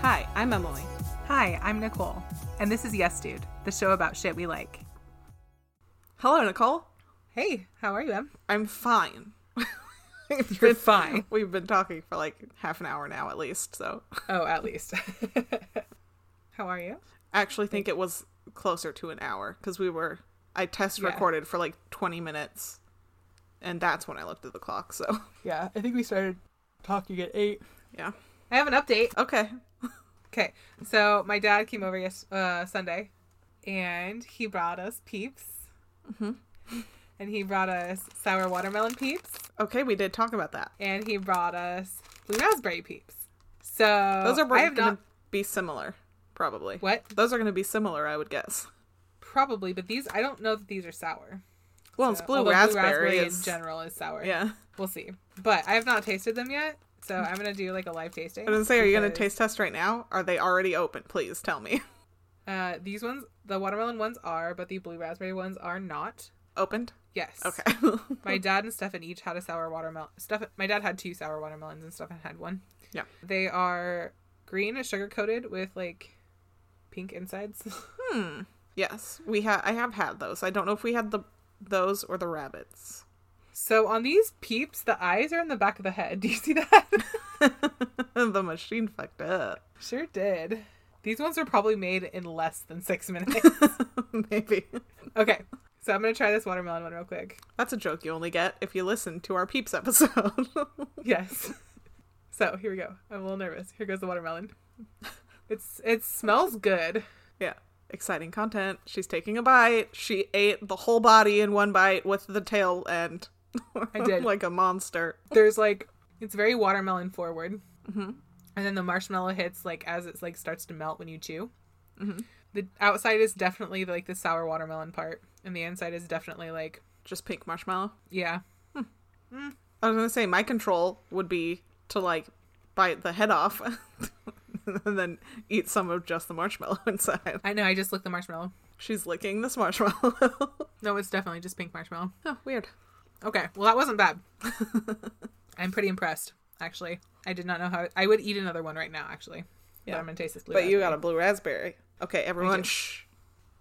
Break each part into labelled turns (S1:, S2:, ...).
S1: Hi, I'm Emily.
S2: Hi, I'm Nicole, and this is Yes Dude, the show about shit we like.
S1: Hello, Nicole.
S2: Hey, how are you, Em?
S1: I'm fine.
S2: You're fine.
S1: We've been talking for like half an hour now, at least. So,
S2: Oh, at least. how are you?
S1: I actually think it was closer to an hour because we were. I test
S2: Yeah.
S1: recorded for like 20 minutes, and that's when I looked at the clock. So,
S2: Yeah, I think we started talking at eight.
S1: yeah.
S2: I have an update.
S1: Okay.
S2: Okay, so my dad came over yes uh, Sunday, and he brought us peeps, and he brought us sour watermelon peeps,
S1: Okay, we did talk about that.
S2: and he brought us blue raspberry peeps. So
S1: Those are
S2: Oh, I
S1: going
S2: have
S1: to
S2: not
S1: be similar, probably.
S2: what
S1: Those are going to be similar, I would guess.
S2: probably, but these I don't know that these are sour.
S1: Well, it's
S2: Uh,
S1: blue
S2: although
S1: raspberry. is,
S2: in general is sour.
S1: Yeah.
S2: We'll see. But I have not tasted them yet, so I'm gonna do like a live tasting.
S1: I was gonna say, are you gonna
S2: because,
S1: taste test right now? Are they already open? Please tell me.
S2: Uh, these ones, the watermelon ones are, but the blue raspberry ones are not.
S1: Opened?
S2: Yes.
S1: Okay.
S2: My dad and Stefan each had a sour watermelon. Stefan, my dad had two sour watermelons, and Stefan had one.
S1: Yeah.
S2: They are green, sugar coated with like pink insides. Hmm.
S1: yes, we have. I have had those. I don't know if we had the those or the rabbits.
S2: so on these peeps, the eyes are in the back of the head. Do you see that?
S1: the machine fucked up.
S2: sure did. These ones were probably made in less than six minutes.
S1: Maybe
S2: Okay, so I'm gonna try this watermelon one real quick.
S1: that's a joke you only get if you listen to our peeps episode.
S2: Yes. So here we go. I'm a little nervous. Here goes the watermelon. It's it smells good.
S1: yeah, exciting content. She's taking a bite. She ate the whole body in one bite with the tail end.
S2: I did.
S1: like a monster.
S2: There's like it's very watermelon forward,
S1: Mm-hmm.
S2: and then the marshmallow hits like as it's like starts to melt when you chew.
S1: Mm-hmm.
S2: The outside is definitely like the sour watermelon part, and the inside is definitely like
S1: Just pink marshmallow.
S2: yeah.
S1: I was gonna say my control would be to like bite the head off and then eat some of just the marshmallow inside.
S2: I know. I just licked the marshmallow.
S1: She's licking this marshmallow.
S2: No, it's definitely just pink marshmallow.
S1: oh, weird.
S2: Okay, well that wasn't bad. I'm pretty impressed, actually. I did not know how I would eat another one right now, actually. Yeah,
S1: Yeah.
S2: but I'm gonna taste this blue.
S1: But you
S2: raspberry.
S1: got a blue raspberry. Okay, everyone.
S2: do.
S1: Shh.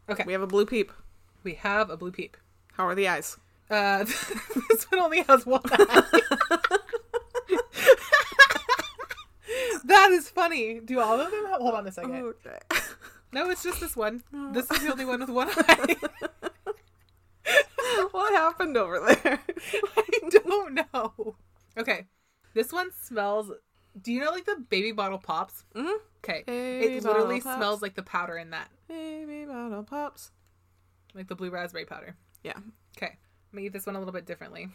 S2: Okay.
S1: We have a blue peep.
S2: We have a blue peep.
S1: How are the eyes?
S2: Uh, this one only has one eye. that is funny. Do all of them? Have... Hold on a second.
S1: Okay.
S2: No, it's just this one.
S1: Oh.
S2: This is the only one with one eye.
S1: what happened over there?
S2: I don't know. Okay, this one smells. Do you know like the baby bottle pops?
S1: Mhm.
S2: Okay,
S1: Baby
S2: it literally
S1: bottle pops.
S2: smells like the powder in that,
S1: Baby bottle pops.
S2: like the blue raspberry powder.
S1: Yeah.
S2: Okay, I'm gonna eat this one a little bit differently.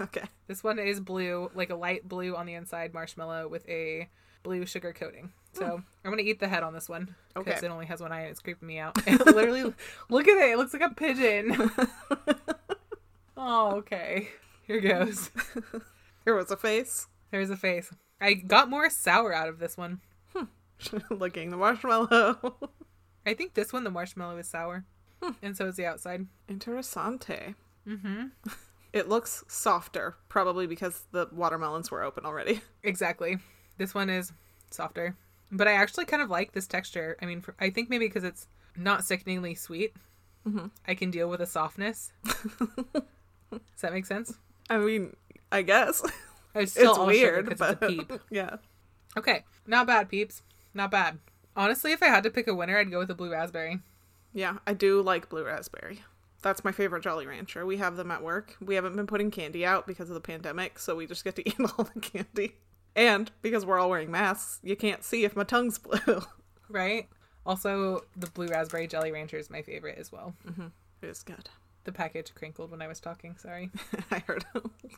S1: Okay.
S2: This one is blue, like a light blue on the inside marshmallow with a blue sugar coating. So I'm gonna eat the head on this one because
S1: Okay.
S2: it only has one eye and it's creeping me out. It literally, look at it. It looks like a pigeon. oh, okay. Here goes.
S1: Here was a face
S2: There's a face. I got more sour out of this one.
S1: licking the marshmallow.
S2: I think this one, the marshmallow is sour, and so is the outside.
S1: Interessante. Mm-hmm. It looks softer, probably because the watermelons were open already.
S2: Exactly. This one is softer, but I actually kind of like this texture. I mean, for, I think maybe because it's not sickeningly sweet, I can deal with a softness. Does that make sense?
S1: I mean, I guess.
S2: It's
S1: It's
S2: still all sugar
S1: weird,
S2: 'cause
S1: but
S2: it's a peep.
S1: yeah.
S2: Okay, not bad, peeps. Not bad. Honestly, if I had to pick a winner, I'd go with the blue raspberry.
S1: Yeah, I do like blue raspberry. That's my favorite Jolly Rancher. We have them at work. We haven't been putting candy out because of the pandemic, so we just get to eat all the candy. And because we're all wearing masks, you can't see if my tongue's blue.
S2: Right. Also, the blue raspberry jelly rancher is my favorite as well.
S1: it's good.
S2: The package crinkled when I was talking. Sorry.
S1: I heard.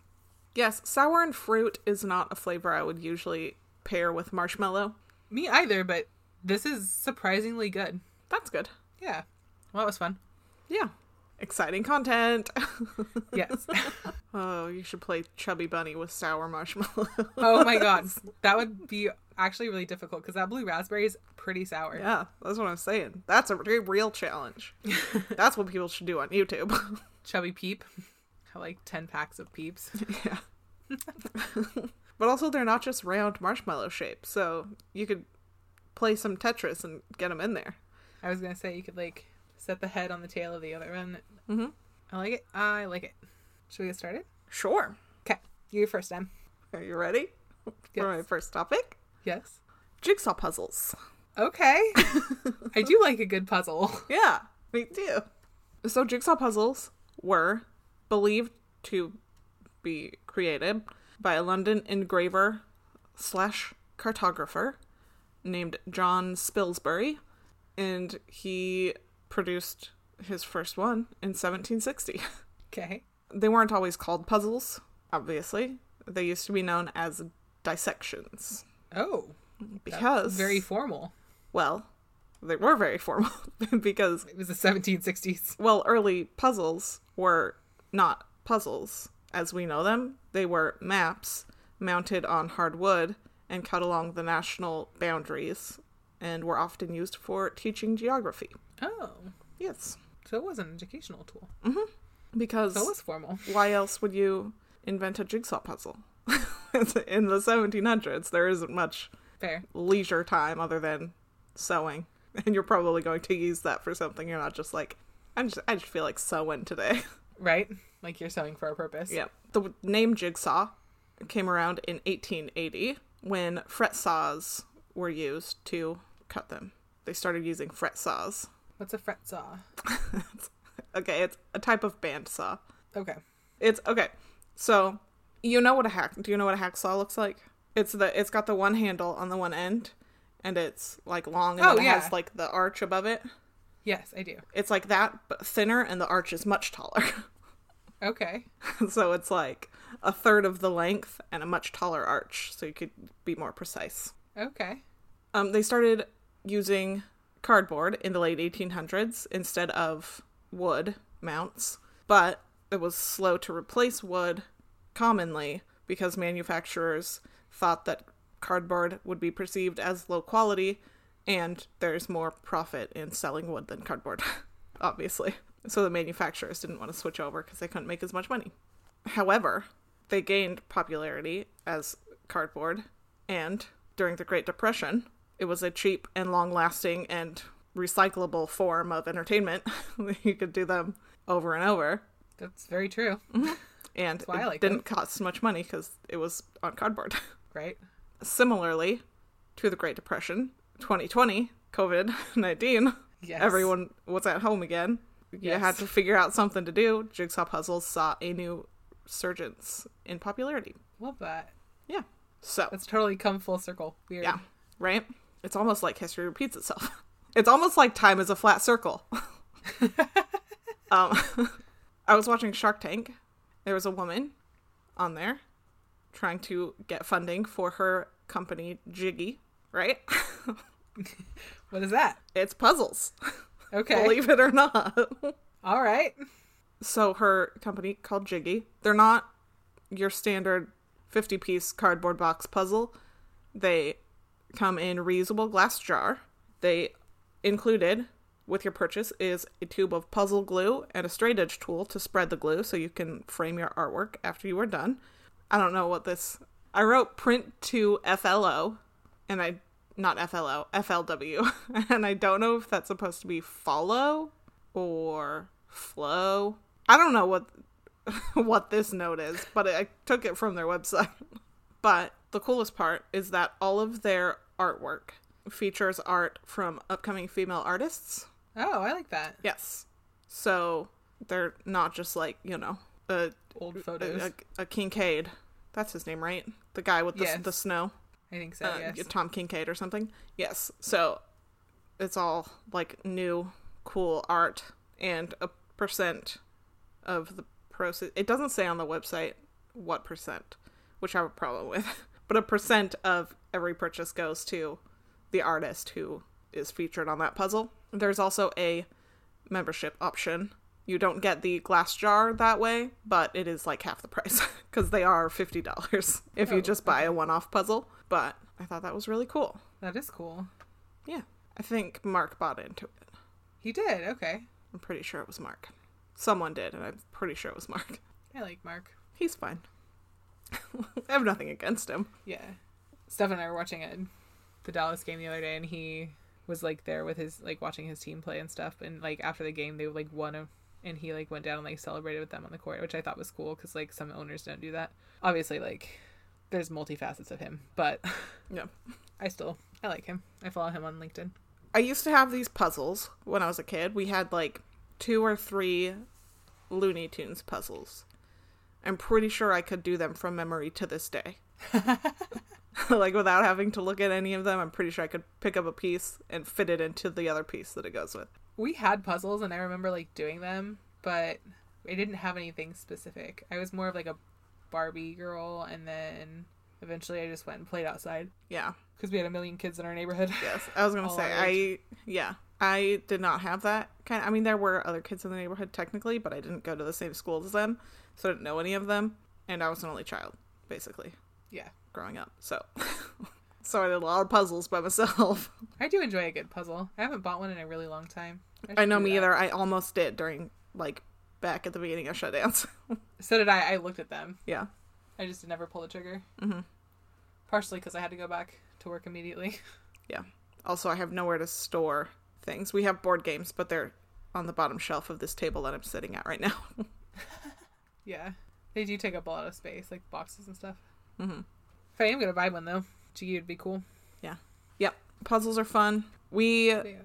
S1: yes, sour and fruit is not a flavor I would usually pair with marshmallow.
S2: Me either, but this is surprisingly good.
S1: That's good.
S2: Yeah. Well, that was fun.
S1: Yeah. Exciting content.
S2: Yes.
S1: oh, you should play Chubby Bunny with sour marshmallow.
S2: Oh my god, that would be actually really difficult because that blue raspberry is pretty sour.
S1: yeah, that's what I'm saying. That's a re- real challenge. that's what people should do on YouTube.
S2: Chubby peep, I like ten packs of peeps.
S1: yeah. but also, they're not just round marshmallow shape, so you could play some Tetris and get them in there.
S2: I was gonna say you could like set the head on the tail of the other one.
S1: Mm-hmm.
S2: I like it. I like it. Should we get started?
S1: Sure.
S2: Okay, you're first time.
S1: Are you ready
S2: Yes.
S1: for my first topic?
S2: Yes.
S1: Jigsaw puzzles.
S2: Okay. I do like a good puzzle.
S1: Yeah, me too. So jigsaw puzzles were believed to be created by a London engraver slash cartographer named John Spilsbury, and he produced his first one in 1760.
S2: Okay.
S1: They weren't always called puzzles, obviously. They used to be known as dissections
S2: Oh, that's
S1: because
S2: very formal.
S1: well, they were very formal because
S2: It was the 1760s.
S1: well, early puzzles were not puzzles as we know them. They were maps mounted on hard wood and cut along the national boundaries and were often used for teaching geography.
S2: Oh,
S1: Yes.
S2: so it was an educational tool.
S1: Because
S2: So it was formal.
S1: why else would you invent a jigsaw puzzle? In the 1700s, there isn't much
S2: Fair.
S1: leisure time other than sewing. And you're probably going to use that for something. You're not just like, I'm just, I just feel like sewing today.
S2: Right? Like you're selling for a purpose.
S1: Yeah. The w- name jigsaw came around in 1880 when fret saws were used to cut them. They started using fret saws.
S2: What's a fret saw?
S1: Okay, it's a type of band saw.
S2: Okay.
S1: It's okay. So, you know what a hack? Do you know what a hacksaw looks like? It's the it's got the one handle on the one end and it's like long and
S2: Oh,
S1: then it
S2: yeah.
S1: has like the arch above it.
S2: Yes, I do.
S1: It's like that but thinner and the arch is much taller.
S2: Okay.
S1: so it's like a third of the length and a much taller arch so you could be more precise
S2: Okay.
S1: um, they started using cardboard in the late 1800s instead of wood mounts but it was slow to replace wood commonly because manufacturers thought that cardboard would be perceived as low quality and there's more profit in selling wood than cardboard obviously so the manufacturers didn't want to switch over because they couldn't make as much money However, they gained popularity as cardboard, and during the Great Depression, it was a cheap and long lasting and recyclable form of entertainment. you could do them over and over,
S2: That's very true.
S1: and it
S2: why I like them.
S1: didn't cost much money because it was on cardboard.
S2: Right?
S1: Similarly to the Great Depression, 2020, COVID 19,
S2: Yes.
S1: everyone was at home again. You had
S2: Yes.
S1: to figure out something to do. Jigsaw puzzles saw a new surgence in popularity.
S2: Love that.
S1: Yeah. So,
S2: That's totally come full circle. Weird.
S1: yeah, right? It's almost like history repeats itself. It's almost like time is a flat circle. um, I was watching Shark Tank. There was a woman on there trying to get funding for her company, Jiggy, right?
S2: What is that?
S1: It's puzzles,
S2: Okay.
S1: believe it or not.
S2: All right.
S1: so her company called Jiggy. They're not your standard 50 piece cardboard box puzzle. They come in reusable glass jar. They included with your purchase is a tube of puzzle glue and a straight edge tool to spread the glue so you can frame your artwork after you are done. I don't know what this I wrote print to FLO and I not FLO, FLW. and I don't know if that's supposed to be follow or flow. I don't know what what this note is, but I took it from their website. But the coolest part is that all of their artwork features art from upcoming female artists.
S2: Oh, I like that.
S1: Yes. So they're not just like, you know, a,
S2: Old
S1: a,
S2: photos.
S1: a- a Kincaid. That's his name, right? The guy with the,
S2: Yes.
S1: the snow.
S2: I think so.
S1: Uh,
S2: yes.
S1: Tom Kincaid or something. Yes. So it's all like new, cool art, and a percent of the proceeds. It doesn't say on the website what percent, which I have a problem with, but a percent of every purchase goes to the artist who is featured on that puzzle. There's also a membership option. You don't get the glass jar that way, but it is like half the price because they are $50 if
S2: Oh,
S1: you just buy a one off puzzle. But I thought that was really cool.
S2: That is cool.
S1: Yeah. I think Mark bought into it.
S2: He did. Okay.
S1: I'm pretty sure it was Mark. Someone did, and I'm pretty sure it was Mark.
S2: I like Mark.
S1: He's fine. I have nothing against him.
S2: Yeah. Steph and I were watching a the Dallas game the other day, and he was like there with his like watching his team play and stuff. And like after the game, they like won a, and he like went down and like celebrated with them on the court, which I thought was cool because like some owners don't do that. Obviously, like there's multifacets of him, but
S1: Yeah.
S2: I still I like him. I follow him on LinkedIn.
S1: I used to have these puzzles when I was a kid. We had like two or three Looney Tunes puzzles. I'm pretty sure I could do them from memory to this day. like without having to look at any of them, I'm pretty sure I could pick up a piece and fit it into the other piece that it goes with.
S2: We had puzzles, and I remember like doing them, but I didn't have anything specific. I was more of like a Barbie girl, and then eventually I just went and played outside
S1: Yeah.
S2: because we had a million kids in our neighborhood.
S1: Yes. I was going to
S2: All
S1: say
S2: our
S1: I yeah, I did not have that kind I mean there were other kids in the neighborhood technically, but I didn't go to the same school as them, so I didn't know any of them, and I was an only child basically.
S2: yeah,
S1: growing up. So, so I did a lot of puzzles by myself.
S2: I do enjoy a good puzzle. I haven't bought one in a really long time. should
S1: I know
S2: do
S1: me
S2: that.
S1: either. I almost did during like back at the beginning of shutdowns.
S2: So did I. I looked at them.
S1: yeah,
S2: I just never pulled the trigger. Mm-hmm. Partially because I had to go back to work immediately.
S1: yeah. Also, I have nowhere to store things. We have board games, but they're on the bottom shelf of this table that I'm sitting at right now.
S2: yeah, they do take up a lot of space, like boxes and stuff. Mm-hmm. If I am gonna buy one though, G would be cool.
S1: yeah, yep. Puzzles are fun. We
S2: They are.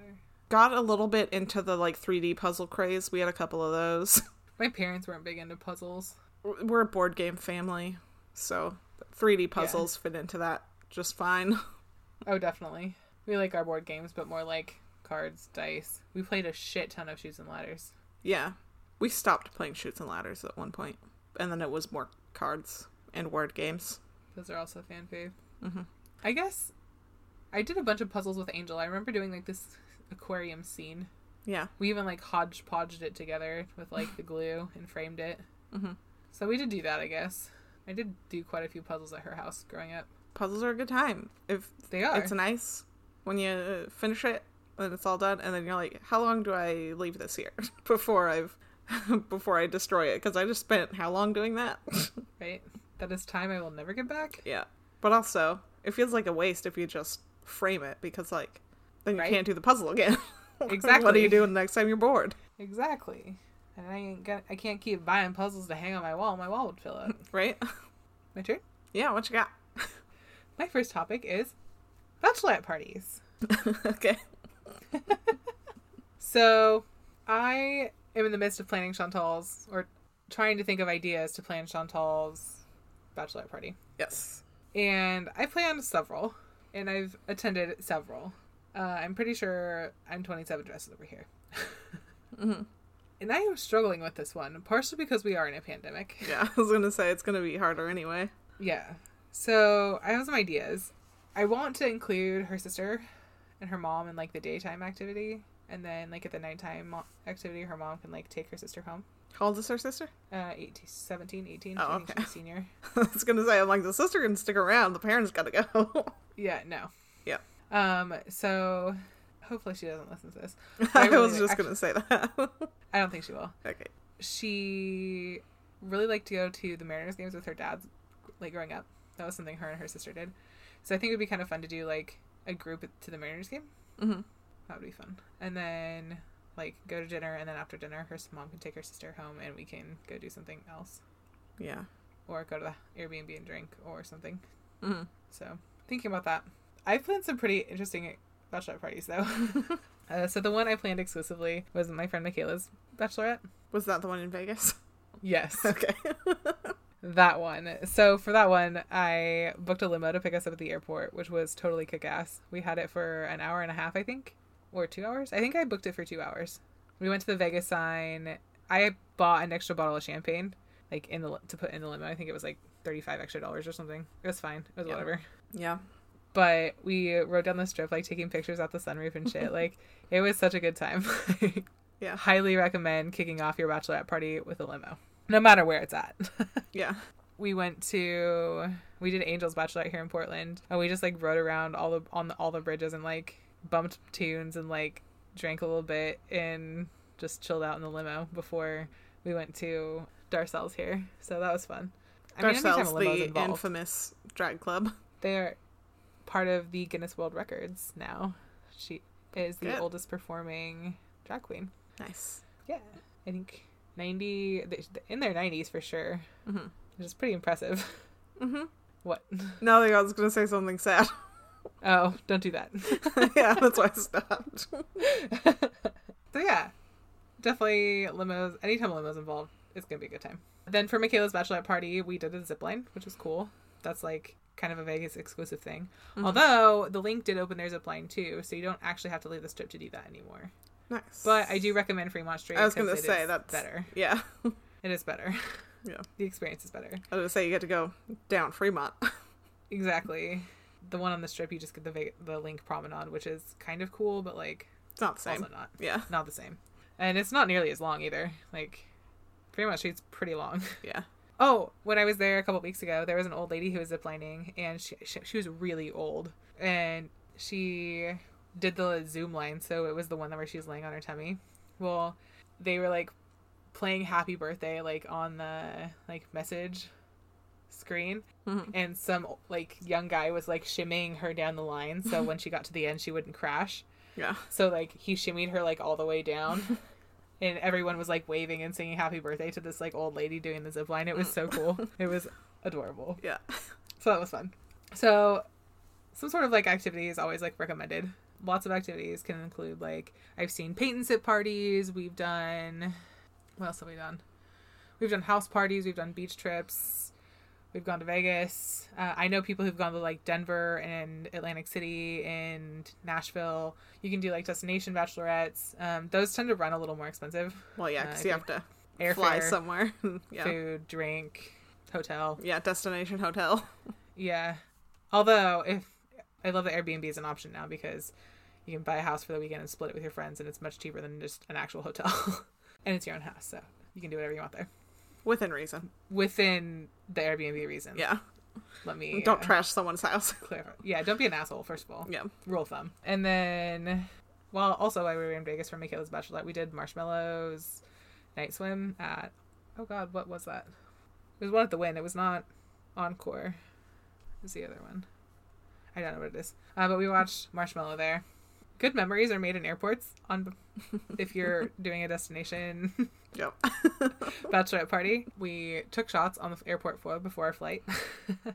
S1: got a little bit into the like 3D puzzle craze. We had a couple of those.
S2: My parents weren't big into puzzles.
S1: We're a board game family, so 3D puzzles fit into that just fine.
S2: Oh, definitely. We like our board games, but more like cards, dice. We played a shit ton of Shoes and Ladders.
S1: Yeah. We stopped playing shoots and ladders at one point, and then it was more cards and word games.
S2: Those are also fan fave. Mm-hmm. I guess I did a bunch of puzzles with Angel. I remember doing like this aquarium scene.
S1: Yeah.
S2: We even like hodgepodged it together with like the glue and framed it. Mm-hmm. So we did do that, I guess. I did do quite a few puzzles at her house growing up.
S1: Puzzles are a good time. If
S2: They are.
S1: it's nice when you uh, finish it and it's all done and then you're like, how long do I leave this here before I've before I destroy it cuz I just spent how long doing that?
S2: right? That is time I will never get back.
S1: yeah. But also, it feels like a waste if you just frame it because like then you
S2: Right.
S1: can't do the puzzle again. what do
S2: Exactly.
S1: you do the next time you're bored?
S2: Exactly. And I ain't got, I can't keep buying puzzles to hang on my wall. My wall would fill up.
S1: Right?
S2: My turn.
S1: yeah, what you got?
S2: My first topic is bachelorette parties.
S1: okay.
S2: So I am in the midst of planning Chantal's or trying to think of ideas to plan Chantal's bachelorette party.
S1: Yes.
S2: And I planned several and I've attended several. Uh, I'm pretty sure I'm 27 dresses over here. And I am struggling with this one, partially because we are in a pandemic.
S1: Yeah, I was gonna say it's gonna be harder anyway.
S2: Yeah. So I have some ideas. I want to include her sister and her mom in like the daytime activity, and then like at the nighttime mo- activity, her mom can like take her sister home.
S1: How old is her sister?
S2: Uh, 18, 17, 18.
S1: Oh,
S2: I think
S1: okay.
S2: she's a senior.
S1: I was gonna say I'm like the sister can stick around. The parents gotta go.
S2: Yeah, no.
S1: yeah,
S2: Um, so hopefully she doesn't listen to this.
S1: I,
S2: really-
S1: was just
S2: actually,
S1: gonna say that.
S2: I don't think she will.
S1: okay.
S2: She really liked to go to the Mariners games with her dad, like growing up. That was something her and her sister did. So I think it would be kind of fun to do like a group to the Mariners game.
S1: Mm-hmm.
S2: That would be fun. And then like go to dinner, and then after dinner, her s- mom can take her sister home, and we can go do something else,
S1: Yeah.
S2: or go to the Airbnb and drink or something.
S1: Mm-hmm.
S2: So thinking about that, I planned some pretty interesting bachelorette parties though. uh, so the one I planned exclusively was my friend Michaela's bachelorette.
S1: Was that the one in Vegas?
S2: Yes,
S1: Okay.
S2: that one. So for that one, I booked a limo to pick us up at the airport, which was totally kick ass. We had it for an hour and a half, I think, or two hours. I think I booked it for two hours. We went to the Vegas sign. I bought an extra bottle of champagne, like in the li- to put in the limo. I think it was like thirty five extra dollars or something. It was fine. It was
S1: Yeah.
S2: whatever.
S1: yeah.
S2: but we rode down the strip like taking pictures out the sunroof and shit like it was such a good time
S1: Yeah.
S2: highly recommend kicking off your bachelorette party with a limo no matter where it's at
S1: Yeah.
S2: we went to we did angel's bachelorette here in portland and we just like rode around all the on the, all the bridges and like bumped tunes and like drank a little bit and just chilled out in the limo before we went to darcel's here so that was fun I mean, anytime a
S1: Ourselves,
S2: limo's
S1: the
S2: involved-
S1: infamous drag club.
S2: they are part of the Guinness World Records now. She is the
S1: Good.
S2: oldest performing drag queen.
S1: Nice.
S2: Yeah, I think ninety they- in their nineties for sure,
S1: Mhm.
S2: which is pretty impressive.
S1: Mm-hmm.
S2: What?
S1: No, I was gonna say something sad.
S2: Oh, don't do that.
S1: yeah, that's why I stopped.
S2: so yeah, definitely limos. Anytime limos involved, it's gonna be a good time. Then for Michaela's bachelorette party, we did a zip line, which was cool. That's like kind of a Vegas exclusive thing. Although the link did open their zip line too, so you don't actually have to leave the strip to do that anymore.
S1: nice.
S2: But I do recommend Fremont Street.
S1: I was
S2: 'cause
S1: gonna
S2: it
S1: say
S2: is
S1: that's-
S2: better.
S1: Yeah, I
S2: It is better.
S1: Yeah.
S2: the experience is better.
S1: was gonna say you get to go down Fremont.
S2: Exactly. The one on the strip, you just get the Ve- the link promenade, which is kind of cool, but like
S1: It's not the same.
S2: also not.
S1: Yeah,
S2: not the same. And it's not nearly as long either. Like, Fremont Street's pretty long.
S1: yeah.
S2: Oh, when I was there a couple weeks ago, there was an old lady who was ziplining, and she, she she was really old, and she did the zoom line, so it was the one where she was laying on her tummy. Well, they were like playing "Happy Birthday" like on the like message screen,
S1: Mhm.
S2: and some like young guy was like shimmying her down the line, so when she got to the end, she wouldn't crash.
S1: Yeah.
S2: So like he shimmied her like all the way down. And everyone was like waving and singing happy birthday to this like old lady doing the zip line. It was so cool. It was adorable.
S1: Yeah.
S2: So that was fun. So some sort of like activity is always like recommended. Lots of activities can include like I've seen paint and sip parties, we've done what else have we done? We've done house parties, we've done beach trips, we've gone to Vegas. Uh, I know people who've gone to like Denver and Atlantic City and Nashville. You can do like destination bachelorettes. Um, those tend to run a little more expensive.
S1: Well, yeah,
S2: Uh,
S1: because
S2: if
S1: you
S2: you
S1: have to fly
S2: Airfare,
S1: somewhere. yeah,
S2: food, drink, hotel.
S1: yeah. Destination hotel.
S2: Yeah. Although if I love that Airbnb is an option now because you can buy a house for the weekend and split it with your friends and it's much cheaper than just an actual hotel. and it's your own house, so you can do whatever you want there.
S1: Within reason.
S2: Within the Airbnb reason.
S1: Yeah.
S2: Let me
S1: Don't
S2: uh,
S1: trash someone's house.
S2: clarify. Yeah, don't be an asshole, first of all.
S1: yeah.
S2: Rule of thumb. And then well, also while we were in Vegas for Michaela's Bachelorette, we did marshmallows, night swim at oh god, what was that? It was one at the win. It was not Encore. It was the other one. I don't know what it is. Uh, but we watched Marshmallow there. Good memories are made in airports on if you're doing a destination
S1: Yep.
S2: bachelorette party. We took shots on the airport floor before our flight,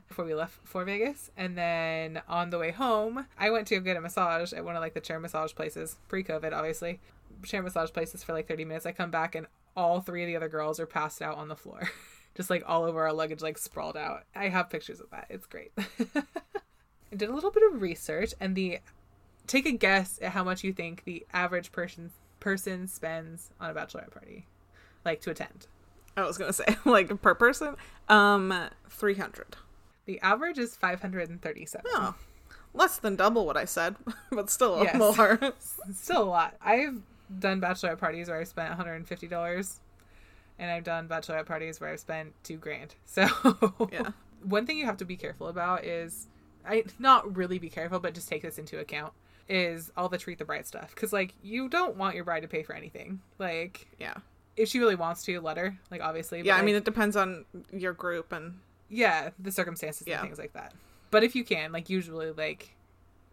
S2: before we left for Vegas, and then on the way home, I went to get a massage at one of like the chair massage places pre-COVID, obviously. Chair massage places for like 30 minutes. I come back and all three of the other girls are passed out on the floor, just like all over our luggage, like sprawled out. I have pictures of that. It's great. I did a little bit of research, and the take a guess at how much you think the average person person spends on a bachelorette party, like to attend.
S1: I was gonna say like per person, um, three hundred.
S2: The average is 537.
S1: Oh, less than double what I said, but still a
S2: Yes.
S1: more.
S2: It's still a lot. I've done bachelorette parties where I've spent $150, and I've done bachelorette parties where I've spent two grand. So,
S1: Yeah.
S2: one thing you have to be careful about is I not really be careful, but just take this into account is all the treat the bride stuff. Cause like you don't want your bride to pay for anything. Like
S1: Yeah.
S2: if she really wants to, let her. Like obviously. but,
S1: Yeah. I
S2: like,
S1: mean, it depends on your group and
S2: yeah the circumstances
S1: Yeah.
S2: and things like that but if you can like usually like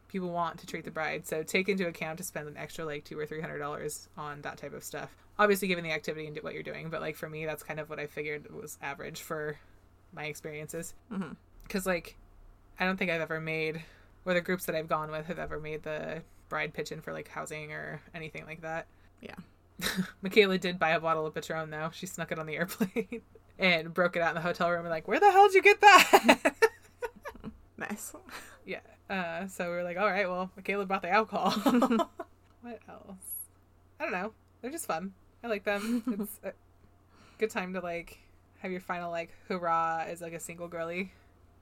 S2: people want to treat the bride so take into account to spend an extra like two or three hundred dollars on that type of stuff obviously given the activity and what you're doing but like for me that's kind of what i figured was average for my experiences
S1: Mm-hmm.
S2: because like i don't think i've ever made or the groups that i've gone with have ever made the bride pitch in for like housing or anything like that
S1: yeah.
S2: Michaela did buy a bottle of Patron though. She snuck it on the airplane and broke it out in the hotel room. We're like, where the hell did you get that?
S1: Nice.
S2: yeah. Uh, so we were like, all right, well, Michaela brought the alcohol. what else? I don't know. They're just fun. I like them. It's a good time to like have your final like hurrah as like a single girly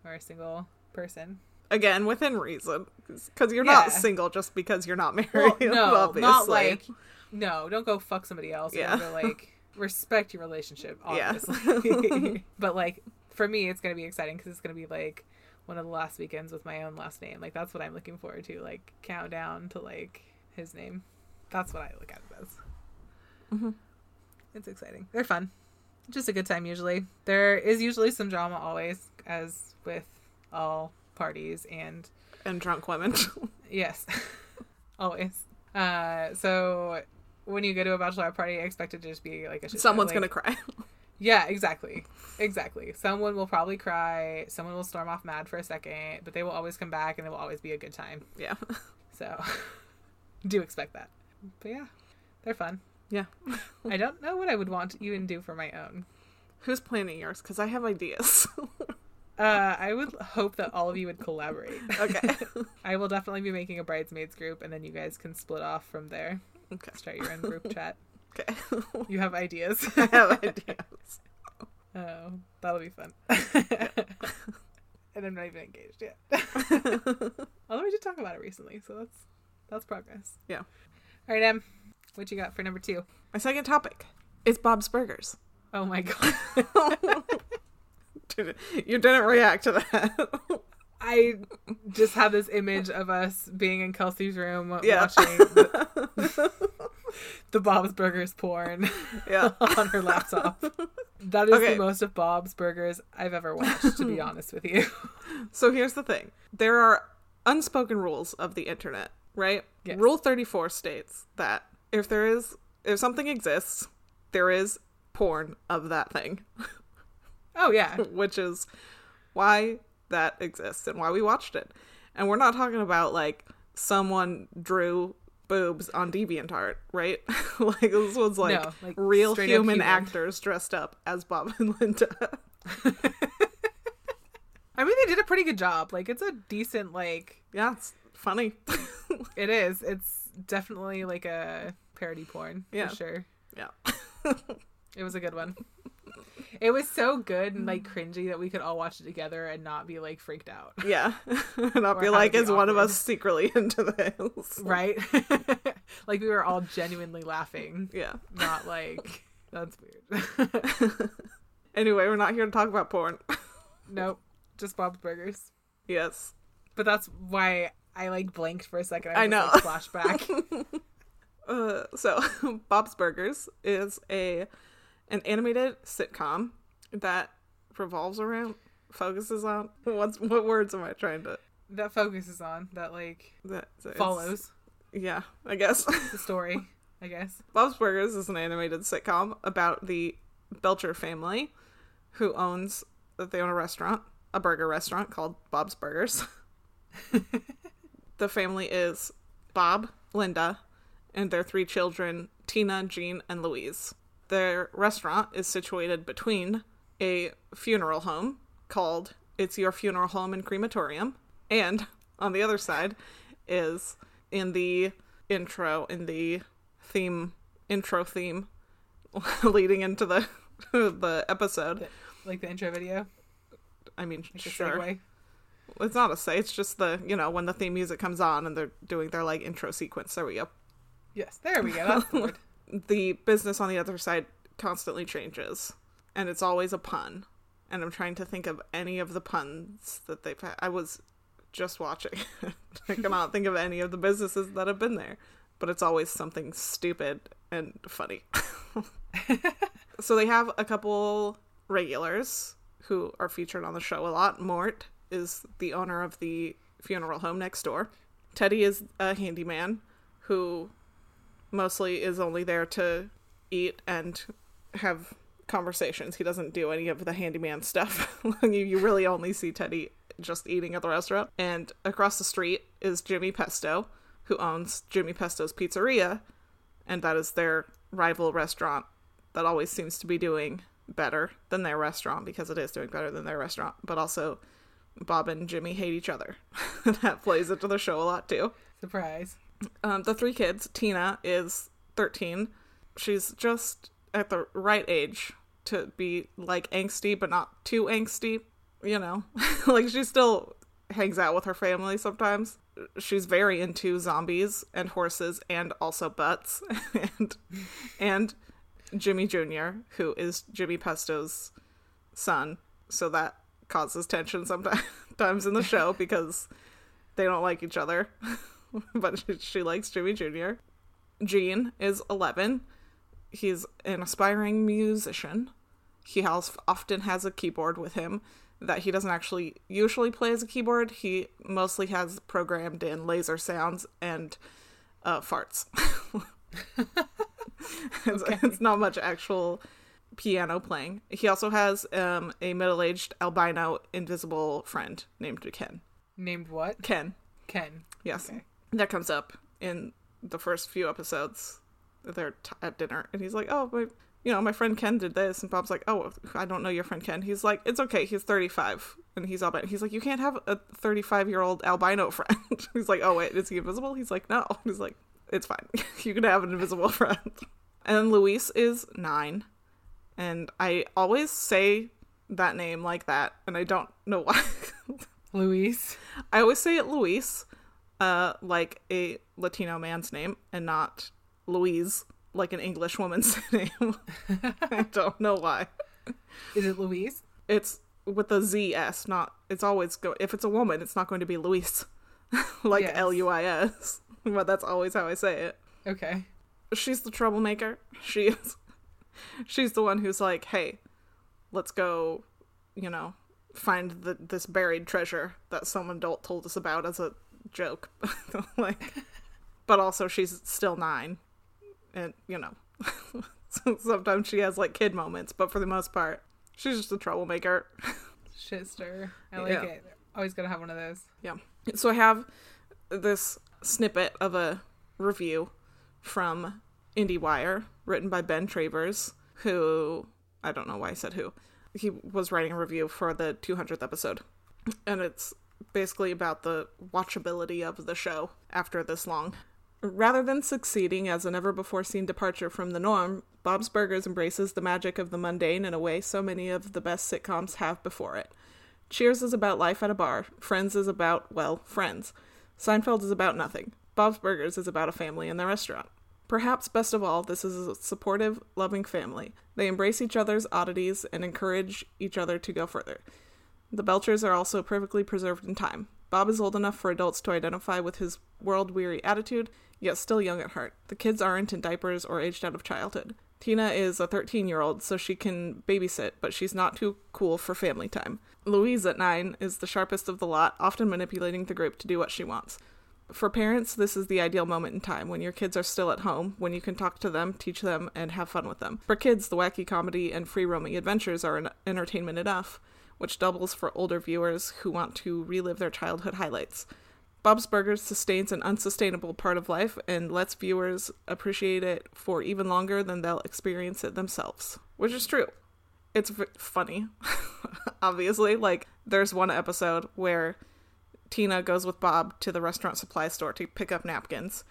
S2: or a single person.
S1: Again, within reason, because you're
S2: Yeah.
S1: not single just because you're not married.
S2: Well, no,
S1: obviously.
S2: not like no. Don't go fuck somebody else.
S1: Yeah.
S2: Yeah, like respect your relationship,
S1: Yeah.
S2: obviously. but like for me, it's gonna be exciting because it's gonna be like one of the last weekends with my own last name. Like that's what I'm looking forward to. Like countdown to like his name. That's what I look at it as. It's exciting. They're fun. Just a good time usually. There is usually some drama always, as with all parties and
S1: and drunk women.
S2: yes, always. Uh, so when you go to a bachelorette party, I expect it to just be like a shit show,
S1: Someone's
S2: like-
S1: gonna cry.
S2: Yeah, exactly. Exactly. Someone will probably cry. Someone will storm off mad for a second, but they will always come back and it will always be a good time.
S1: yeah.
S2: So do expect that. But yeah, they're fun.
S1: Yeah.
S2: I don't know what I would want to even do for my own.
S1: Who's planning yours? Because I have ideas.
S2: Uh, I would hope that all of you would collaborate.
S1: okay.
S2: I will definitely be making a bridesmaids group and then you guys can split off from there.
S1: Okay.
S2: Start your own group chat.
S1: Okay.
S2: You have ideas.
S1: I have ideas.
S2: oh, that'll be fun. and I'm not even engaged yet. Although we did talk about it recently, so that's that's progress.
S1: Yeah.
S2: All right, Em, what you got for number two?
S1: My second topic is Bob's Burgers.
S2: Oh my god,
S1: Dude, you didn't react to that.
S2: I just have this image of us being in Kelsey's room
S1: Yeah.
S2: watching the, the Bob's Burgers porn
S1: yeah.
S2: on her laptop. That is
S1: Okay.
S2: the most of Bob's Burgers I've ever watched, to be honest with you.
S1: So here's the thing there are unspoken rules of the internet, right?
S2: Yes.
S1: Rule 34 states that if there is, if something exists, there is porn of that thing,
S2: Oh yeah,
S1: which is why that exists and why we watched it. And we're not talking about like someone drew boobs on DeviantArt, right? like this was like,
S2: No, like,
S1: real
S2: straight up
S1: human,
S2: human.
S1: actors dressed up as Bob and Linda.
S2: I mean they did a pretty good job. Like it's a decent like
S1: yeah, it's funny.
S2: it is. It's definitely like a parody porn
S1: Yeah.
S2: for sure.
S1: yeah.
S2: It was a good one. It was so good and like cringy that we could all watch it together and not be like freaked out,
S1: Yeah. and I'll
S2: Or
S1: be
S2: how
S1: like,
S2: to be
S1: is one of
S2: awkward.
S1: us secretly into this?
S2: right? like we were all genuinely laughing,
S1: Yeah.
S2: not like that's weird.
S1: Anyway, we're not here to talk about porn.
S2: nope, just Bob's Burgers.
S1: yes.
S2: But that's why I like blanked for a second.
S1: I
S2: was,
S1: know.
S2: like, flashback.
S1: Uh, so, Bob's Burgers is a an animated sitcom that revolves around, focuses on. What's what words am I trying to?
S2: that focuses on that like
S1: That it's-
S2: follows
S1: Yeah, I guess.
S2: the story. I guess.
S1: Bob's Burgers is an animated sitcom about the Belcher family, who owns they own a restaurant, a burger restaurant called Bob's Burgers. the family is Bob, Linda, and their three children, Tina, Jean, and Louise. Their restaurant is situated between a funeral home called It's Your Funeral Home and Crematorium, and on the other side is in the intro, in the theme, intro theme leading into the the episode.
S2: The- like the intro video.
S1: I mean,
S2: Like the
S1: sure.
S2: segue.
S1: It's not a say. It's just the you know when the theme music comes on and they're doing their like intro sequence. There we go.
S2: Yes, there we go. That's the word.
S1: The business on the other side constantly changes, and it's always a pun. And I'm trying to think of any of the puns that they've. Had. I was just watching. I cannot think of any of the businesses that have been there, but it's always something stupid and funny. so they have a couple regulars who are featured on the show a lot. Mort is the owner of the funeral home next door. Teddy is a handyman who mostly is only there to eat and have conversations. He doesn't do any of the handyman stuff. you, you really only see Teddy just eating at the restaurant. And across the street is Jimmy Pesto, who owns Jimmy Pesto's Pizzeria, and that is their rival restaurant that always seems to be doing better than their restaurant because it is doing better than their restaurant, but also Bob and Jimmy hate each other. that plays into the show a lot too
S2: Surprise.
S1: um, the three kids. Tina is 13. She's just at the right age to be like angsty, but not too angsty. You know, like she still hangs out with her family sometimes. She's very into zombies and horses and also butts and and Jimmy Jr., who is Jimmy Pesto's son. So that causes tension sometimes in the show because they don't like each other. but she, she likes Jimmy Jr. Gene is 11. He's an aspiring musician. He has, often has a keyboard with him that he doesn't actually usually play as a keyboard. He mostly has programmed in laser sounds and uh, farts. it's, it's not much actual piano playing. He also has um, a middle aged albino invisible friend named Ken.
S2: Named what?
S1: Ken,
S2: Ken.
S1: yes.
S2: Okay.
S1: That comes up in the first few episodes. They're t- at dinner, and he's like, Oh, my, you know, my friend Ken did this. And Bob's like, Oh, I don't know your friend Ken. He's like, It's okay. He's 35. And he's albino. He's like, You can't have a 35 year old albino friend. he's like, Oh, wait, is he invisible? He's like, No. He's like, It's fine. you can have an invisible friend. And then Luis is nine and I always say that name like that, and I don't know why.
S2: Luis.
S1: I always say it Luis, uh, like a Latino man's name, and not Louise, like an English woman's name. I don't know why.
S2: Is it Luis?
S1: It's with a Z S, not. It's always go. If it's a woman, it's not going to be Luis, like
S2: Yes.
S1: L U I S. But that's always how I say it.
S2: Okay.
S1: she's the troublemaker. She is. She's the one who's like, "Hey, let's go, you know, find the, this buried treasure that some adult told us about as a joke." like, but also she's still nine, and you know, so sometimes she has like kid moments. But for the most part, she's just a troublemaker.
S2: Shitster. I like
S1: Yeah.
S2: it. Always gotta have one of those.
S1: Yeah. So I have this snippet of a review from IndieWire written by Ben Travers, who I don't know why I said who. He was writing a review for the 200th episode. And it's basically about the watchability of the show after this long. Rather than succeeding as a never before seen departure from the norm, Bob's Burgers embraces the magic of the mundane in a way so many of the best sitcoms have before it. Cheers is about life at a bar. Friends is about, well, friends. Seinfeld is about nothing. Bob's Burgers is about a family in their restaurant. Perhaps best of all, this is a supportive, loving family. They embrace each other's oddities and encourage each other to go further. The Belchers are also perfectly preserved in time. Bob is old enough for adults to identify with his world weary attitude, yet still young at heart. The kids aren't in diapers or aged out of childhood. Tina is a 13 year old, so she can babysit, but she's not too cool for family time. Louise, at 9, is the sharpest of the lot, often manipulating the group to do what she wants. For parents, this is the ideal moment in time when your kids are still at home, when you can talk to them, teach them, and have fun with them. For kids, the wacky comedy and free roaming adventures are en- entertainment enough, which doubles for older viewers who want to relive their childhood highlights. Bob's Burgers sustains an unsustainable part of life and lets viewers appreciate it for even longer than they'll experience it themselves, which is true. It's v- funny, obviously. Like, there's one episode where Tina goes with Bob to the restaurant supply store to pick up napkins,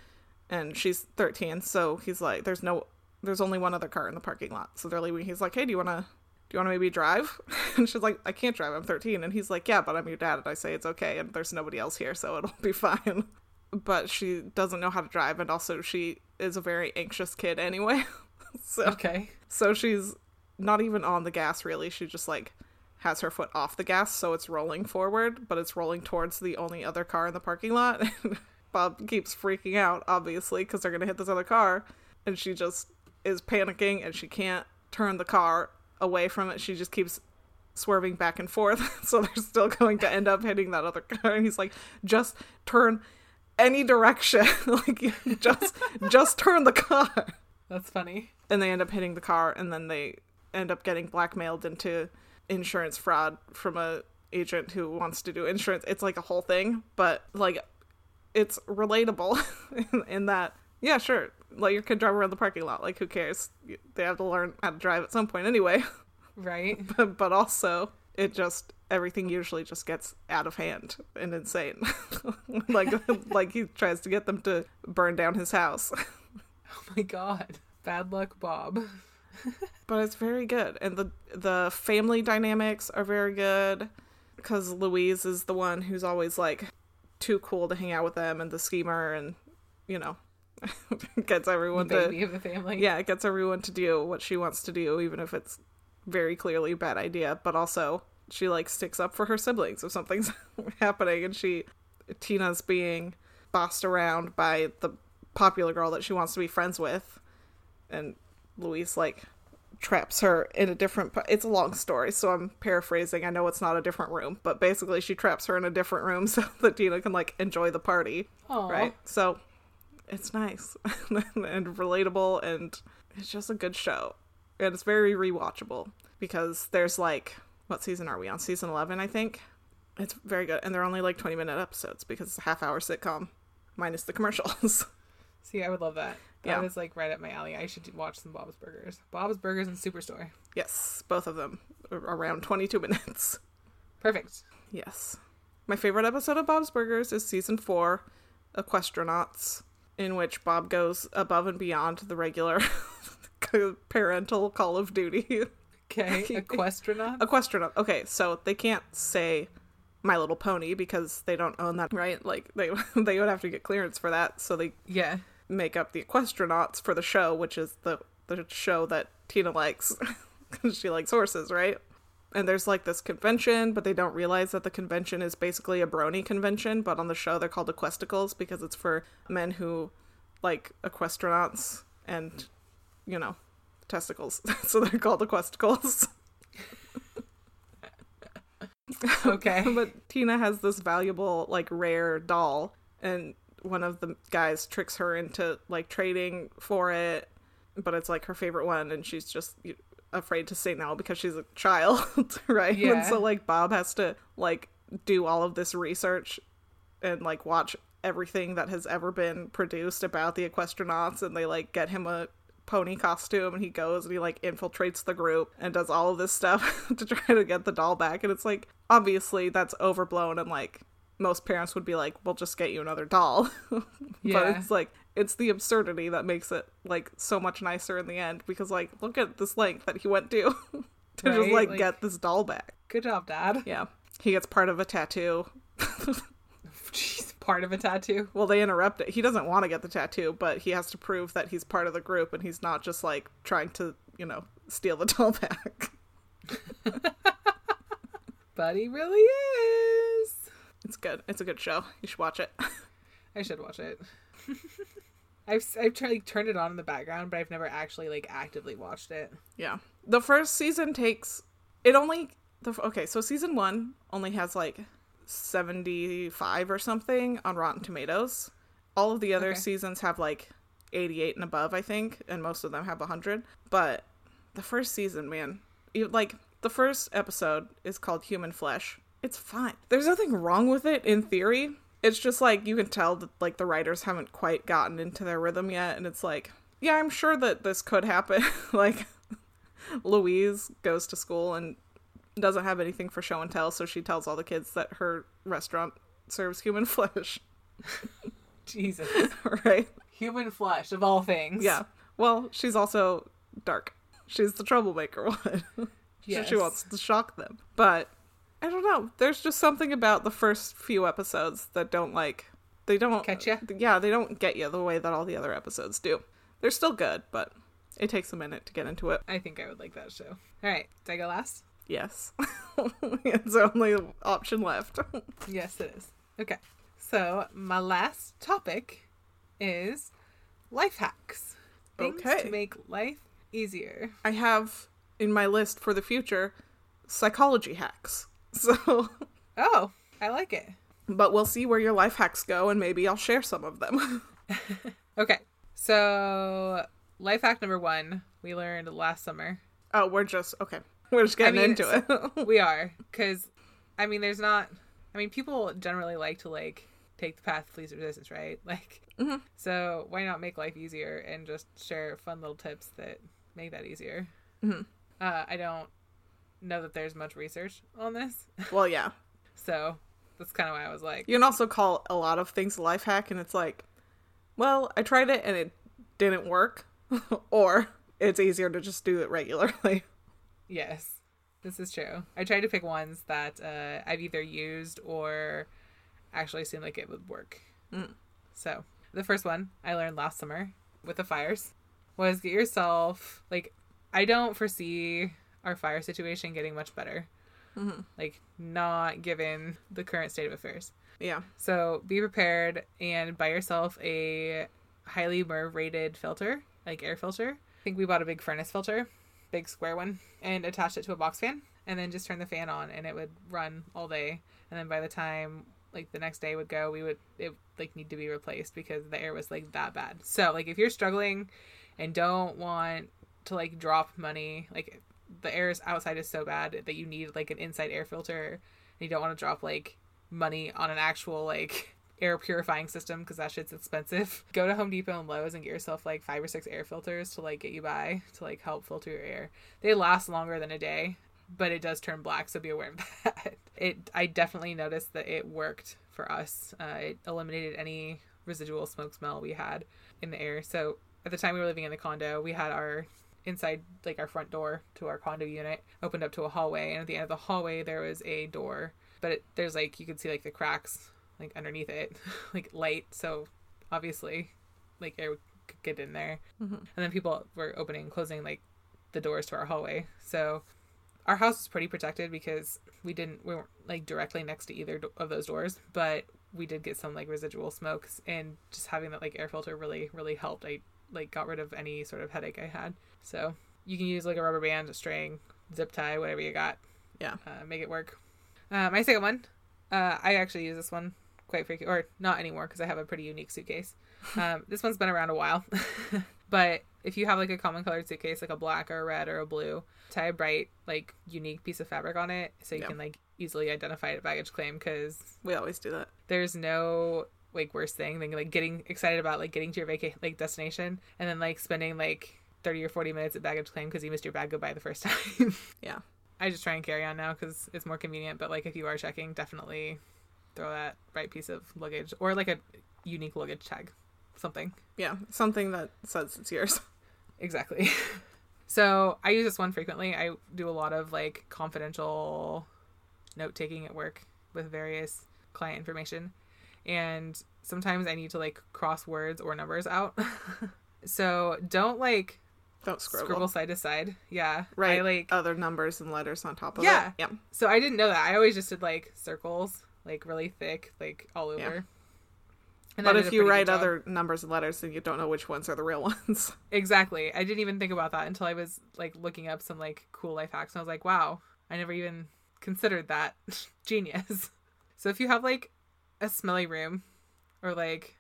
S1: and she's 13, so he's like, "There's no, there's only one other car in the parking lot." So they're leaving. He's like, "Hey, do you wanna, do you wanna maybe drive?" And she's like, "I can't drive. I'm 13." And he's like, "Yeah, but I'm your dad." And I say, "It's okay, and there's nobody else here, so it'll be fine." But she doesn't know how to drive, and also she is a very anxious kid anyway. so
S2: Okay.
S1: so she's not even on the gas really. She just like has her foot off the gas, so it's rolling forward, but it's rolling towards the only other car in the parking lot. Bob keeps freaking out, obviously, because they're gonna hit this other car, and she just is panicking and she can't turn the car away from it. She just keeps swerving back and forth, so they're still going to end up hitting that other car. And he's like, just turn any direction, like just just turn the car
S2: That's funny.
S1: and they end up hitting the car and then they end up getting blackmailed into insurance fraud from a agent who wants to do insurance it's like a whole thing but like it's relatable in, in that yeah sure let your kid drive around the parking lot like who cares they have to learn how to drive at some point anyway
S2: Right?
S1: but, but also it just everything usually just gets out of hand and insane like like he tries to get them to burn down his house
S2: Oh my god. Bad luck, Bob.
S1: but it's very good and the the family dynamics are very good because louise is the one who's always like too cool to hang out with them and the schemer and you know gets
S2: The
S1: everyone to
S2: baby of the family.
S1: yeah it gets everyone to do what she wants to do even if it's very clearly a bad idea but also she like sticks up for her siblings if something's happening and she tina's being bossed around by the popular girl that she wants to be friends with and louise like traps her in a different p- it's a long story so i'm paraphrasing i know it's not a different room but basically she traps her in a different room so that dina can like enjoy the party
S2: Aw.
S1: right so it's nice and relatable and it's just a good show and it's very rewatchable because there's like what season are we on season 11 i think it's very good and they're only like 20 minute episodes because it's a half hour sitcom minus the commercials
S2: See, I would love that. That
S1: Yeah.
S2: is like right up my alley. I should do- watch some Bob's Burgers. Bob's Burgers and Superstore.
S1: yes both of them are around 22 minutes
S2: Perfect.
S1: Yes. My favorite episode of Bob's Burgers is season four, Equestronauts, in which Bob goes above and beyond the regular parental call of duty.
S2: Okay. Equestranaut.
S1: Equestronaut. Okay, so they can't say My Little Pony because they don't own that, right? Like they they would have to get clearance for that, so they
S2: yeah.
S1: make up the Equestronauts for the show, which is the the show that Tina likes 'Cause she likes horses, right? And there's like this convention, but they don't realize that the convention is basically a brony convention, but on the show they're called Equesticles because it's for men who like equestronauts and you know, testicles. so they're called Equesticles.
S2: Okay.
S1: but Tina has this valuable, like, rare doll, and one of the guys tricks her into like trading for it, but it's like her favorite one, and she's just y- afraid to say no because she's a child, right?
S2: Yeah.
S1: And so like Bob has to like do all of this research and like watch everything that has ever been produced about the equestronauts and they like get him a pony costume and he goes and he like infiltrates the group and does all of this stuff to try to get the doll back and it's like obviously that's overblown and like most parents would be like we'll just get you another doll but
S2: Yeah.
S1: it's like it's the absurdity that makes it like so much nicer in the end because like look at this length that he went to to just
S2: Right,
S1: like,
S2: like-
S1: get this doll back
S2: Good job, Dad.
S1: yeah he gets part of a tattoo
S2: Jeez, part of a tattoo.
S1: Well, they interrupt it. He doesn't want to get the tattoo, but he has to prove that he's part of the group and he's not just like trying to, you know, steal the doll back.
S2: But he really is.
S1: It's good. It's a good show. You should watch it.
S2: I should watch it. I've s- I've tried, like, turned it on in the background, but I've never actually like actively watched it.
S1: Yeah. The first season takes it only the okay, so season 1 only has like 75 or something on Rotten Tomatoes. All of the other
S2: Okay.
S1: seasons have like 88 and above, I think, and most of them have 100, but the first season, man, you, like the first episode is called Human Flesh. It's fine. There's nothing wrong with it in theory. It's just like you can tell that like the writers haven't quite gotten into their rhythm yet, and it's like, yeah, I'm sure that this could happen. like Louise goes to school and doesn't have anything for show and tell, so she tells all the kids that her restaurant serves human flesh,
S2: Jesus,
S1: right?
S2: human flesh of all things.
S1: Yeah. Well, she's also dark. She's the troublemaker one. So
S2: Yes.
S1: she wants to shock them. But I don't know. There's just something about the first few episodes that don't like they don't
S2: Catch ya?
S1: Yeah, they don't get you the way that all the other episodes do. They're still good, but it takes a minute to get into it.
S2: I think I would like that show. All right, did I go last?
S1: Yes. it's the only option left.
S2: Yes, it is. Okay, so my last topic is life hacks. Things
S1: Okay.
S2: to make life easier.
S1: I have in my list for the future psychology hacks. So
S2: Oh, I like it.
S1: but we'll see where your life hacks go and maybe I'll share some of them.
S2: Okay, so life hack number one we learned last summer
S1: oh, we're just okay. We're just getting
S2: mean,
S1: into it.
S2: we are because i mean there's not i mean people generally like to like take the path of least resistance right like
S1: Mm-hmm.
S2: so why not make life easier and just share fun little tips that make that easier
S1: Mm-hmm.
S2: uh, i don't know that there's much research on this
S1: well, yeah.
S2: so that's kind of why i was like
S1: You can also call a lot of things a life hack, and it's like, well, I tried it and it didn't work, or it's easier to just do it regularly.
S2: yes this is true i tried to pick ones that uh, i've either used or actually seemed like it would work So the first one I learned last summer with the fires was get yourself like I don't foresee our fire situation getting much better. Like not given the current state of affairs.
S1: Yeah.
S2: So be prepared and buy yourself a highly MERV rated filter, like air filter. I think we bought a big furnace filter big square one, and attached it to a box fan, and then just turn the fan on, and it would run all day. And then by the time like the next day would go, we would it like need to be replaced because the air was like that bad. So like if you're struggling and don't want to like drop money, like the air is outside is so bad that you need like an inside air filter and you don't want to drop like money on an actual like air purifying system because that shit's expensive. Go to Home Depot and Lowe's and get yourself like five or six air filters to like get you by to like help filter your air. They last longer than a day, but it does turn black, so be aware of that. It I definitely noticed that it worked for us. Uh, it eliminated any residual smoke smell we had in the air. So at the time we were living in the condo, we had our inside like our front door to our condo unit opened up to a hallway and at the end of the hallway there was a door but it, there's like you could see like the cracks like underneath it like light so obviously like air could get in there
S1: Mhm.
S2: and then people were opening and closing like the doors to our hallway so our house was pretty protected because we didn't we weren't like directly next to either do- of those doors but we did get some like residual smokes and just having that like air filter really really helped i like got rid of any sort of headache i had so you can use like a rubber band a string zip tie whatever you got
S1: Yeah.
S2: uh, make it work uh, my second one uh, i actually use this one quite frequently or not anymore because i have a pretty unique suitcase um, this one's been around a while but if you have like a common colored suitcase like a black or a red or a blue tie a bright like unique piece of fabric on it so you
S1: Yeah.
S2: can like easily identify it at baggage claim because
S1: We always do that.
S2: there's no like worse thing than like getting excited about like getting to your vaca- like destination and then like spending like 30 or 40 minutes at baggage claim because you missed your bag goodbye the first time
S1: Yeah.
S2: i just try and carry on now because it's more convenient but like if you are checking definitely throw that right piece of luggage or like a unique luggage tag something
S1: Yeah, something that says it's yours.
S2: Exactly. so I use this one frequently. I do a lot of like confidential note taking at work with various client information. And sometimes I need to like cross words or numbers out. so don't like
S1: Don't
S2: scribble.
S1: scribble.
S2: side to side. Yeah.
S1: Right.
S2: I, like
S1: other numbers and letters on top of
S2: Yeah.
S1: it. Yeah.
S2: so I didn't know that. I always just did like circles, like really thick, like all over.
S1: Yeah.
S2: And I
S1: but
S2: did a
S1: if you
S2: pretty good
S1: write
S2: job.
S1: other numbers and letters, then you don't know which ones are the real ones.
S2: Exactly. I didn't even think about that until I was like looking up some like cool life hacks and I was like, wow, I never even considered that genius. So if you have like a smelly room or like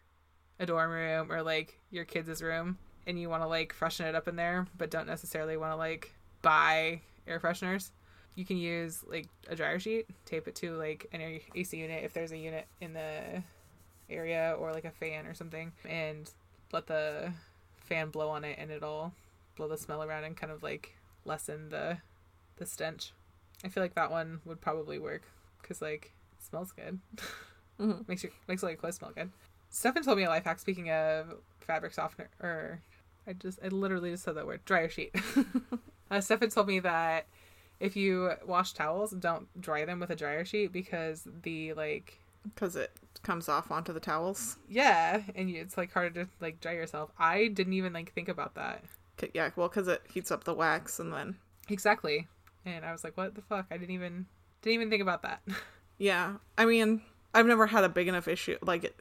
S2: a dorm room or like your kids' room and you want to like freshen it up in there but don't necessarily want to like buy air fresheners, you can use like a dryer sheet, tape it to like an air- AC unit if there's a unit in the area or like a fan or something and let the fan blow on it and it'll blow the smell around and kind of like lessen the the stench. I feel like that one would probably work because like it smells good.
S1: Mhm.
S2: makes your makes all your clothes smell good. Stefan told me a life hack. Speaking of fabric softener, or I just I literally just said that word dryer sheet. uh, Stefan told me that if you wash towels, don't dry them with a dryer sheet because the like
S1: Because it comes off onto the towels.
S2: yeah, and you, it's like harder to like dry yourself. I didn't even like think about that.
S1: 'Kay, Yeah, well, because it heats up the wax and then.
S2: Exactly. And I was like, what the fuck? I didn't even didn't even think about that.
S1: Yeah. I mean, I've never had a big enough issue. Like, it,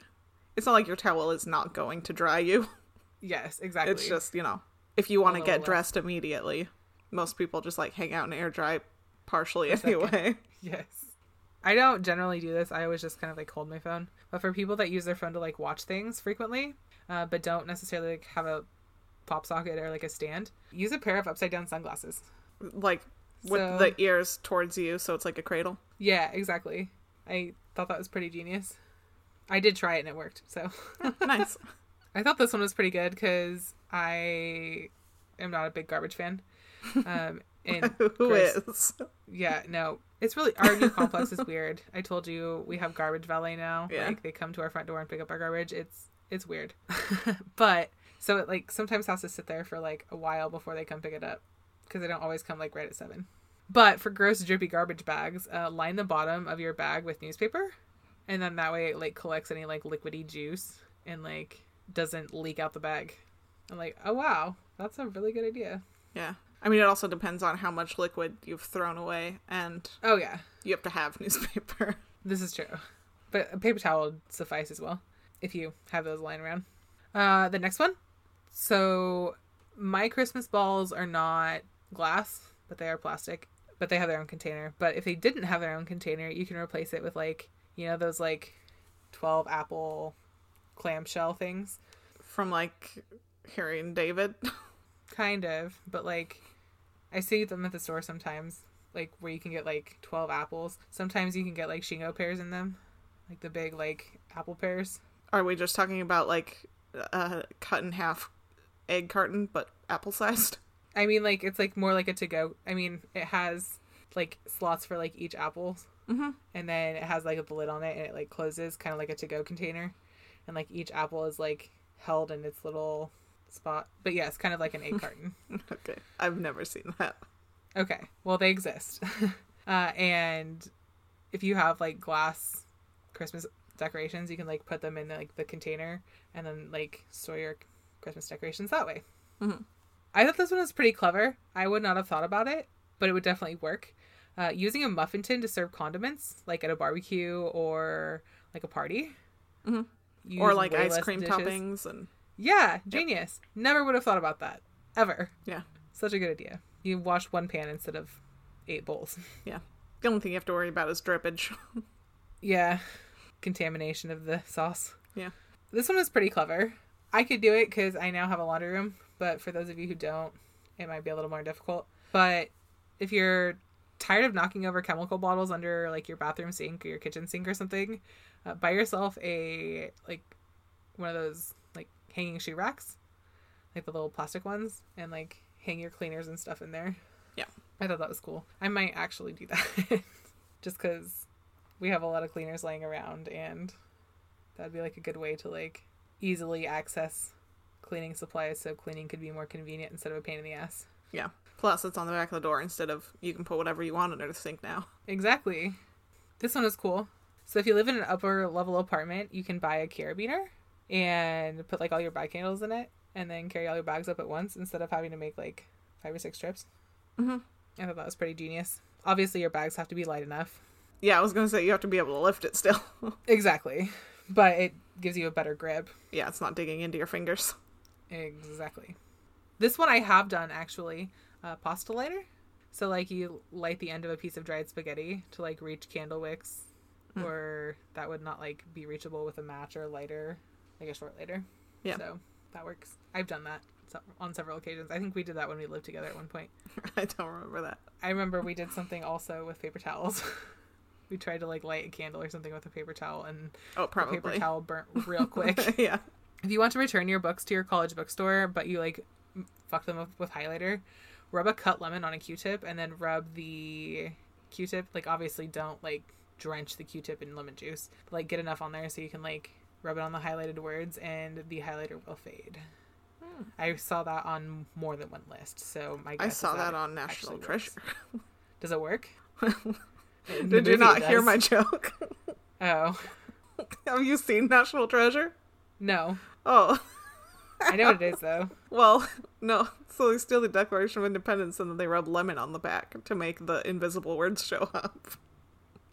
S1: it's not like your towel is not going to dry you.
S2: yes, exactly.
S1: It's just, you know, if you want to
S2: little
S1: get
S2: less.
S1: dressed immediately, most people just like hang out and air dry partially
S2: second.
S1: anyway.
S2: yes. I don't generally do this. I always just kind of like hold my phone. But for people that use their phone to like watch things frequently, uh, but don't necessarily like have a pop socket or like a stand, use a pair of upside down sunglasses.
S1: Like, with
S2: So-
S1: the ears towards you, so it's like a cradle.
S2: Yeah, exactly. I thought that was pretty genius. I did try it and it worked. So
S1: nice.
S2: I thought this one was pretty good because I am not a big garbage fan. Um, and
S1: Who
S2: gross-
S1: is?
S2: Yeah, no. It's really our new complex is weird. I told you we have garbage valet now.
S1: Yeah.
S2: Like they come to our front door and pick up our garbage. It's it's weird. but so it like sometimes has to sit there for like a while before they come pick it up because they don't always come like right at 7. But for gross drippy garbage bags, uh, line the bottom of your bag with newspaper and then that way it like collects any like liquidy juice and like doesn't leak out the bag. I'm like, "Oh wow, that's a really good idea."
S1: Yeah. I mean, it also depends on how much liquid you've thrown away, and
S2: Oh yeah.
S1: you have to have newspaper.
S2: This is true. But a paper towel would suffice as well if you have those lying around. Uh, the next one. So, my Christmas balls are not glass, but they are plastic. But they have their own container. But if they didn't have their own container, you can replace it with like you know those like twelve apple clamshell things,
S1: From like Harry and David.
S2: kind of. But like I see them at the store sometimes, like where you can get like twelve apples. Sometimes you can get like shingo pears in them, like the big like apple pears.
S1: Are we just talking about like a cut in half egg carton, but apple sized?
S2: I mean, like it's like more like a to go. I mean, it has like slots for like each apple,
S1: Mm-hmm.
S2: and then it has like a lid on it, and it like closes, kind of like a to go container, and like each apple is like held in its little spot. But yeah, it's kind of like an egg carton.
S1: Okay. I've never seen that.
S2: Okay, well they exist, uh, and if you have like glass Christmas decorations, you can like put them in like the container, and then like store your Christmas decorations that way.
S1: Mhm.
S2: I thought this one was pretty clever. I would not have thought about it, but it would definitely work. Uh, using a muffin tin to serve condiments, like at a barbecue or like a party,
S1: Mhm.
S2: You
S1: or
S2: use
S1: like
S2: way
S1: ice
S2: less
S1: cream
S2: dishes.
S1: toppings and
S2: Yeah, genius. Never would have thought about that ever.
S1: yeah.
S2: Such a good idea. You wash one pan instead of eight bowls.
S1: Yeah. The only thing you have to worry about is drippage.
S2: Yeah. Contamination of the sauce.
S1: Yeah.
S2: This one is pretty clever. I could do it because I now have a laundry room, but for those of you who don't, it might be a little more difficult. But if you're tired of knocking over chemical bottles under like your bathroom sink or your kitchen sink or something, uh, buy yourself a like one of those like hanging shoe racks, like the little plastic ones, and like hang your cleaners and stuff in there.
S1: Yeah.
S2: I thought that was cool. I might actually do that just because we have a lot of cleaners laying around and that'd be like a good way to like easily access cleaning supplies so cleaning could be more convenient instead of a pain in the ass
S1: Yeah. Plus, it's on the back of the door instead of you can put whatever you want under the sink now.
S2: exactly this one is cool so if you live in an upper level apartment you can buy a carabiner and put like all your bag handles in it and then carry all your bags up at once instead of having to make like five or six trips
S1: Mhm.
S2: i thought that was pretty genius obviously your bags have to be light enough
S1: Yeah, I was gonna say you have to be able to lift it still.
S2: exactly but it gives you a better grip
S1: yeah, it's not digging into your fingers.
S2: Exactly. This one I have done actually, uh, pasta lighter. So like you light the end of a piece of dried spaghetti to like reach candle wicks,
S1: Hmm.
S2: or that would not like be reachable with a match or a lighter, like a short lighter.
S1: Yeah.
S2: So that works. I've done that se- on several occasions. I think we did that when we lived together at one point.
S1: I don't remember that.
S2: I remember we did something also with paper towels. we tried to like light a candle or something with a paper towel, and
S1: Oh,
S2: the
S1: probably.
S2: paper towel burnt real quick.
S1: yeah.
S2: If you want to return your books to your college bookstore, but you like m- fuck them up with highlighter, rub a cut lemon on a Q-tip and then rub the Q-tip. Like obviously, don't like drench the Q-tip in lemon juice. But, like get enough on there so you can like rub it on the highlighted words, and the highlighter will fade. I saw that on more than one list, so my
S1: Hmm. I
S2: guess is
S1: saw that
S2: it
S1: on
S2: actually
S1: National
S2: works.
S1: Treasure.
S2: Does it work? In the
S1: Did you
S2: movie
S1: not
S2: it
S1: hear
S2: does.
S1: my joke?
S2: Oh
S1: have you seen National Treasure?
S2: no,
S1: Oh,
S2: I know what it is though.
S1: well, no. So they steal the Declaration of Independence and then they rub lemon on the back to make the invisible words show up.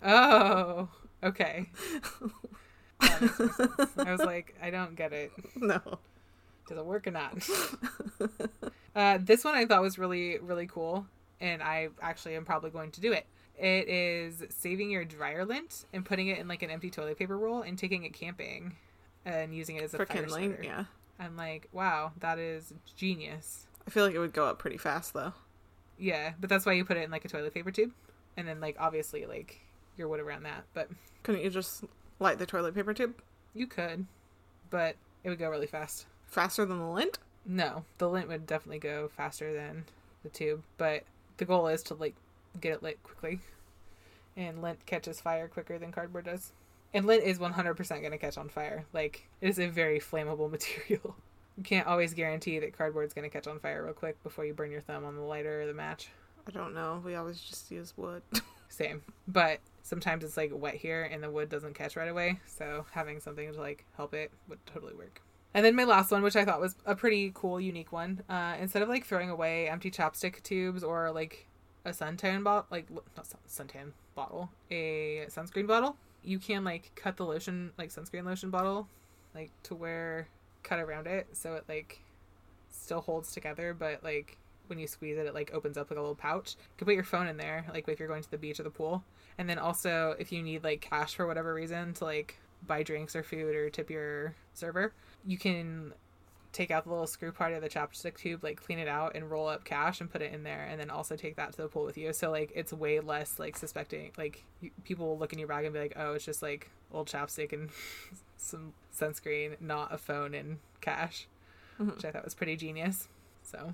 S2: Oh, okay. That makes more sense. I was like, I don't get it.
S1: No.
S2: Does it work or not? uh, this one I thought was really, really cool, and I actually am probably going to do it. It is saving your dryer lint and putting it in like an empty toilet paper roll and taking it camping and using it as a
S1: For
S2: fire
S1: kindling,
S2: starter.
S1: yeah.
S2: I'm like, wow, that is genius.
S1: I feel like it would go up pretty fast though.
S2: Yeah, but that's why you put it in like a toilet paper tube, and then like obviously like your wood around that, but
S1: Couldn't you just light the toilet paper tube
S2: you could, but it would go really fast.
S1: faster than the lint?
S2: No, the lint would definitely go faster than the tube, but the goal is to like get it lit quickly. And lint catches fire quicker than cardboard does. And lint is 100% going to catch on fire. Like, it is a very flammable material. You can't always guarantee that cardboard's going to catch on fire real quick before you burn your thumb on the lighter or the match.
S1: I don't know. We always just use wood.
S2: Same. But sometimes it's like wet here and the wood doesn't catch right away. So having something to like help it would totally work. And then my last one, which I thought was a pretty cool, unique one. Uh, instead of like throwing away empty chapstick tubes or like a suntan bottle, like l- not sun- suntan bottle, a sunscreen bottle, you can like cut the lotion, like sunscreen lotion bottle, like to where cut around it so it like still holds together, but like when you squeeze it, it like opens up like a little pouch. You can put your phone in there, like if you're going to the beach or the pool. And then also, if you need like cash for whatever reason to like buy drinks or food or tip your server, you can take out the little screw part of the chapstick tube, like clean it out and roll up cash and put it in there, and then also take that to the pool with you. So like it's way less like suspecting. Like you, people will look in your bag and be like, oh, it's just like old chapstick and some sunscreen, not a phone and cash,
S1: Mhm.
S2: which I thought was pretty genius. So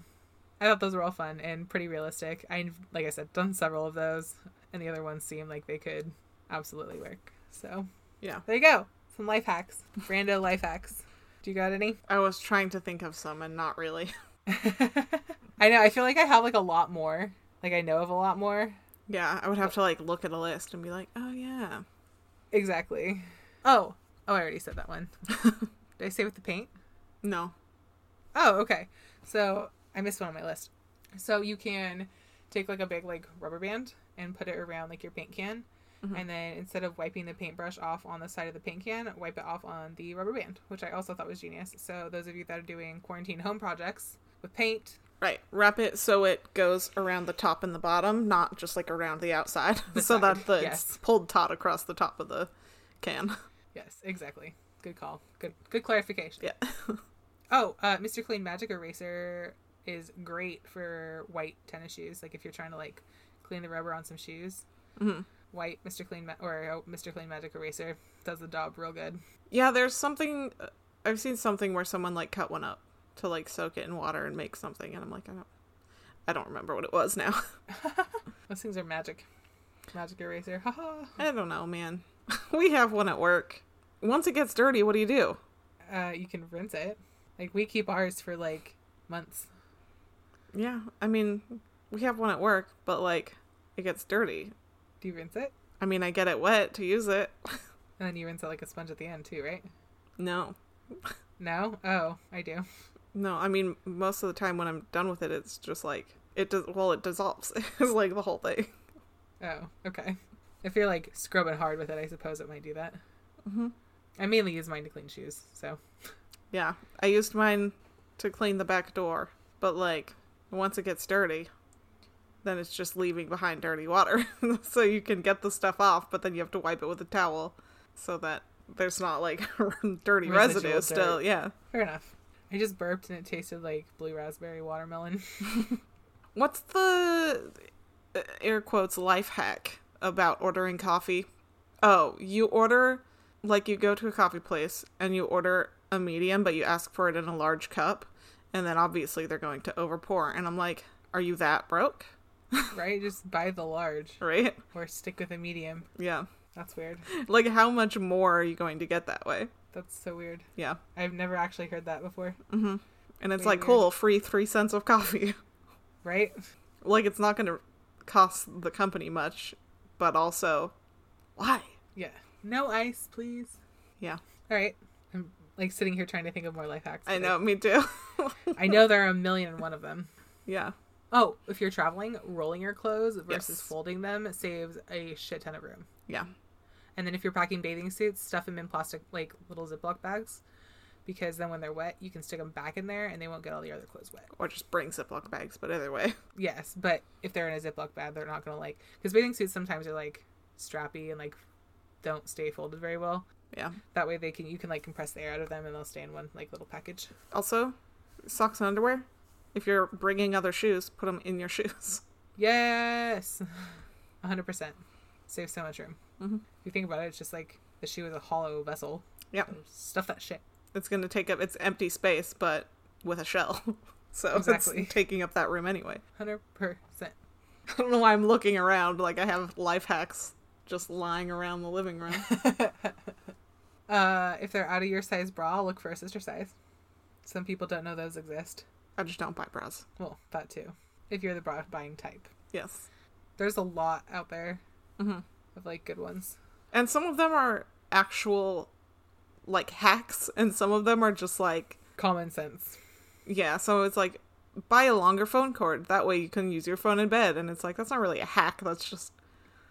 S2: I thought those were all fun and pretty realistic. I like I said, done several of those, and the other ones seem like they could absolutely work. So
S1: Yeah.
S2: there you go, some life hacks, rando life hacks. Do you got any?
S1: I was trying to think of some and not really.
S2: I know. I feel like I have like a lot more. Like I know of a lot more.
S1: Yeah, I would have to like look at a list and be like, oh yeah.
S2: Exactly. Oh, oh, I already said that one. Did I say with the paint?
S1: No.
S2: Oh, okay. So I missed one on my list. So you can take like a big like rubber band and put it around like your paint can,
S1: Mhm.
S2: and then instead of wiping the paintbrush off on the side of the paint can, wipe it off on the rubber band, which I also thought was genius. So those of you that are doing quarantine home projects with paint,
S1: Right. Wrap it so it goes around the top and the bottom, not just like around the outside.
S2: The
S1: so
S2: side,
S1: that the
S2: yes.
S1: it's pulled taut across the top of the can.
S2: yes, exactly. Good call. Good good clarification.
S1: Yeah.
S2: Oh, uh, Mr. Clean Magic Eraser is great for white tennis shoes. Like if you're trying to like clean the rubber on some shoes,
S1: Mhm.
S2: white Mr. Clean Ma- or oh, Mr. Clean Magic Eraser does the job real good.
S1: Yeah, there's something uh, I've seen something where someone like cut one up to like soak it in water and make something and I'm like, I don't I don't remember what it was now.
S2: Those things are magic. Magic Eraser, haha.
S1: I don't know, man. we have one at work. Once it gets dirty, what do you do?
S2: Uh, you can rinse it. Like we keep ours for like months.
S1: Yeah, I mean, we have one at work, but like it gets dirty.
S2: Do you rinse it?
S1: I mean, I get it wet to use it.
S2: And then you rinse it like a sponge at the end too, right?
S1: No.
S2: No? Oh, I do.
S1: No, I mean, most of the time when I'm done with it, it's just like it does well, it dissolves. it's like the whole thing.
S2: Oh, okay. If you're like scrubbing hard with it, I suppose it might do that. Mm-hmm.
S1: hmm
S2: I mainly use mine to clean shoes, so
S1: Yeah, I used mine to clean the back door, but like once it gets dirty, then it's just leaving behind dirty water. so you can get the stuff off, but then you have to wipe it with a towel so that there's not like dirty
S2: Residual
S1: residue
S2: dirt.
S1: still. Yeah.
S2: Fair enough. I just burped and it tasted like blue raspberry watermelon.
S1: What's the uh, air quotes life hack about ordering coffee? Oh, you order like you go to a coffee place and you order a medium, but you ask for it in a large cup, and then obviously they're going to overpour. And I'm like, are you that broke?
S2: right? Just buy the large
S1: Right?
S2: or stick with a medium.
S1: Yeah.
S2: That's weird.
S1: Like, how much more are you going to get that way?
S2: That's so weird.
S1: Yeah.
S2: I've never actually heard that before,
S1: Mm-hmm. And it's
S2: Way
S1: like,
S2: weird.
S1: cool, free three cents of coffee.
S2: right?
S1: like, it's not going to cost the company much, but also, why?
S2: Yeah. No ice, please.
S1: Yeah.
S2: All right. I'm like sitting here trying to think of more life hacks.
S1: I
S2: but
S1: know, me too.
S2: I know there are a million and one of them.
S1: yeah.
S2: Oh, if you're traveling, rolling your clothes versus
S1: Yes.
S2: folding them saves a shit ton of room.
S1: Yeah.
S2: And then if you're packing bathing suits, stuff them in plastic, like little Ziploc bags, because then when they're wet, you can stick them back in there and they won't get all the other clothes wet.
S1: or just bring Ziploc bags, but either way.
S2: Yes, but if they're in a Ziploc bag, they're not going to like, because bathing suits sometimes are like strappy and like don't stay folded very well.
S1: Yeah.
S2: That way they can, you can like compress the air out of them and they'll stay in one like little package.
S1: Also, socks and underwear. If you're bringing other shoes, put them in your shoes.
S2: Yes! 100%. Saves so much room.
S1: Mhm.
S2: If you think about it, it's just like the shoe is a hollow vessel.
S1: Yeah.
S2: So Stuff that shit.
S1: It's going to take up, it's empty space, but with a shell. So
S2: Exactly.
S1: it's taking up that room anyway.
S2: 100%.
S1: I don't know why I'm looking around like I have life hacks just lying around the living room.
S2: Uh, if they're out of your size bra, look for a sister size. Some people don't know those exist.
S1: I just don't buy bras.
S2: Well, that too. If you're the bra buying type,
S1: Yes.
S2: there's a lot out there
S1: Mm-hmm.
S2: of like good ones.
S1: And some of them are actual like hacks, and some of them are just like
S2: Common sense.
S1: Yeah, so it's like buy a longer phone cord. That way you can use your phone in bed. And it's like that's not really a hack. That's just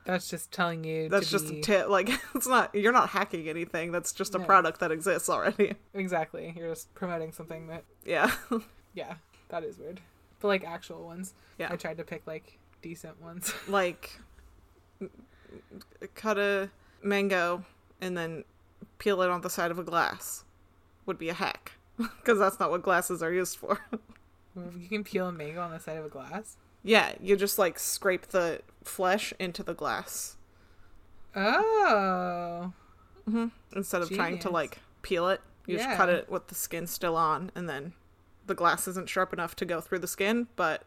S2: That's just telling you.
S1: that's
S2: to
S1: just
S2: be-
S1: a tip. Like it's not you're not hacking anything. That's just a
S2: No.
S1: product that exists already.
S2: exactly. You're just promoting something that.
S1: Yeah.
S2: Yeah, that is weird. But like actual ones.
S1: Yeah.
S2: I tried to pick like decent ones.
S1: Like, m- m- cut a mango and then peel it on the side of a glass would be a hack because that's not what glasses are used for.
S2: you can peel a mango on the side of a glass.
S1: yeah, you just like scrape the flesh into the glass
S2: Oh.
S1: Mm-hmm. instead of trying to
S2: Genius.
S1: like peel it. You just cut
S2: Yeah.
S1: it with the skin still on, and then the glass isn't sharp enough to go through the skin, but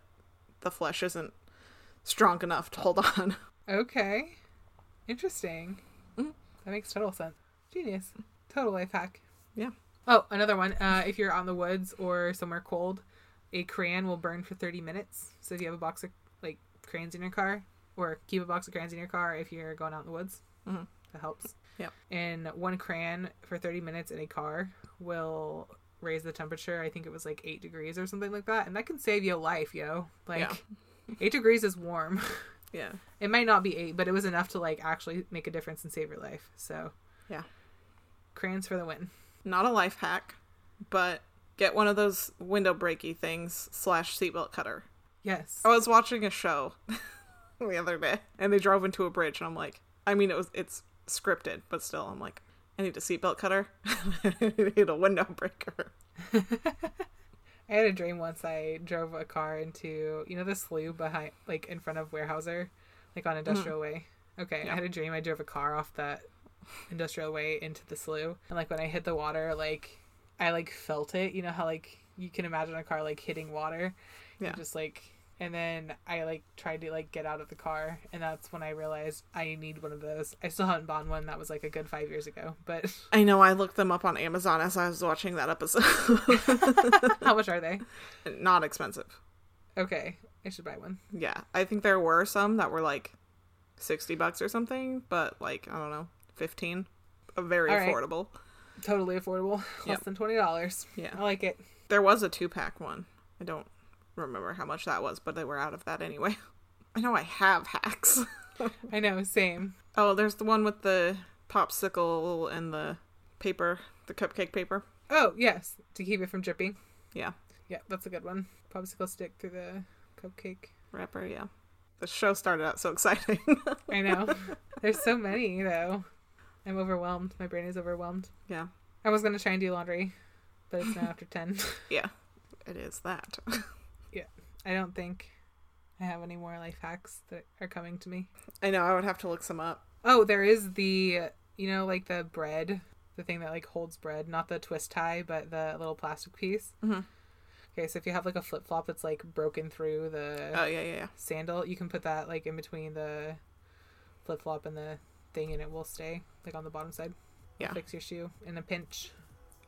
S1: the flesh isn't strong enough to hold on.
S2: Okay. Interesting.
S1: Mhm.
S2: That makes total sense. Genius. Total life hack.
S1: Yeah.
S2: Oh, another one. Uh, if you're out in the woods or somewhere cold, a crayon will burn for 30 minutes. So if you have a box of like crayons in your car, or keep a box of crayons in your car if you're going out in the woods,
S1: Mhm.
S2: that helps.
S1: Yep.
S2: And one crayon for 30 minutes in a car will raise the temperature. I think it was like eight degrees or something like that, and that can save you a life, yo. Like eight degrees is warm.
S1: Yeah.
S2: It might not be eight, but it was enough to like actually make a difference and save your life. So
S1: Yeah.
S2: crayons for the win.
S1: Not a life hack, but get one of those window breaky things slash seatbelt cutter.
S2: Yes.
S1: I was watching a show the other day and they drove into a bridge and I'm like, I mean it was it's scripted, but still I'm like, I need a seatbelt cutter. I need a window breaker.
S2: I had a dream once. I drove a car into you know the slough behind, like in front of Weyerhaeuser, like on Industrial Way. Okay,
S1: Mm-hmm. Yeah.
S2: I had a dream. I drove a car off that Industrial Way into the slough, and like when I hit the water, like I like felt it. You know how like you can imagine a car like hitting water, You
S1: Yeah.
S2: just like. And then I like tried to like get out of the car, and that's when I realized I need one of those. I still haven't bought one. That was like a good five years ago, but
S1: I know I looked them up on Amazon as I was watching that episode.
S2: how much are they?
S1: Not expensive.
S2: Okay, I should buy one.
S1: Yeah. I think there were some that were like sixty bucks or something, but like, I don't know, fifteen. Uh, Very
S2: All right.
S1: affordable.
S2: Totally affordable, less
S1: Yep.
S2: than twenty dollars.
S1: Yeah.
S2: I like it.
S1: There was a two pack one. I don't remember how much that was, but they were out of that anyway. I know I have hacks.
S2: I know, same.
S1: oh, there's the one with the popsicle and the paper, the cupcake paper.
S2: Oh, yes, to keep it from dripping.
S1: Yeah,
S2: Yeah, that's a good one. Popsicle stick through the cupcake.
S1: wrapper, yeah. The show started out so exciting.
S2: I know. There's so many though. I'm overwhelmed. My brain is overwhelmed.
S1: yeah,
S2: I was gonna try and do laundry, but it's now after ten.
S1: yeah. It is that.
S2: I don't think I have any more life hacks that are coming to me.
S1: I know, I would have to look some up.
S2: Oh, there is the you know like the bread, the thing that like holds bread, not the twist tie, but the little plastic piece.
S1: Mhm.
S2: Okay, so if you have like a flip flop that's like broken through the
S1: Oh, yeah, yeah, yeah.
S2: sandal. You can put that like in between the flip flop and the thing, and it will stay like on the bottom side.
S1: Yeah.
S2: fix your shoe in a pinch.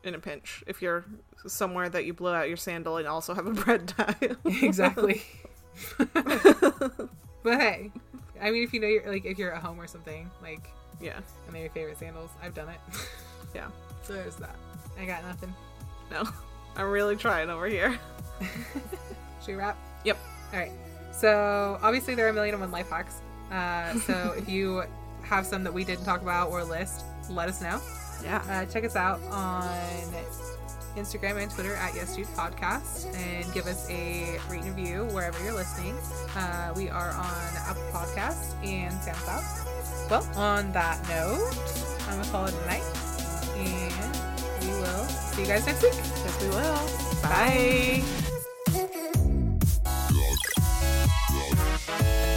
S1: In a pinch. If you're somewhere that you blew out your sandal and also have a bread tie.
S2: exactly. but hey, I mean, if you know you're like if you're at home or something, like
S1: yeah,
S2: and they're your favorite sandals, I've done it.
S1: Yeah.
S2: So there's that. I got nothing.
S1: no. I'm really trying over here.
S2: Should we wrap?
S1: Yep.
S2: All right. So obviously there are a million and one life hacks. Uh, so if you have some that we didn't talk about or list, let us know.
S1: Yeah.
S2: uh, check us out on Instagram and Twitter at Yes Dude Podcast and give us a rate and review wherever you're listening. Uh, we are on Apple Podcasts and SoundCloud. Well, on that note, I'm gonna call it a night, and we will see you guys next week.
S1: Yes, we will. Bye.
S3: Love. Love.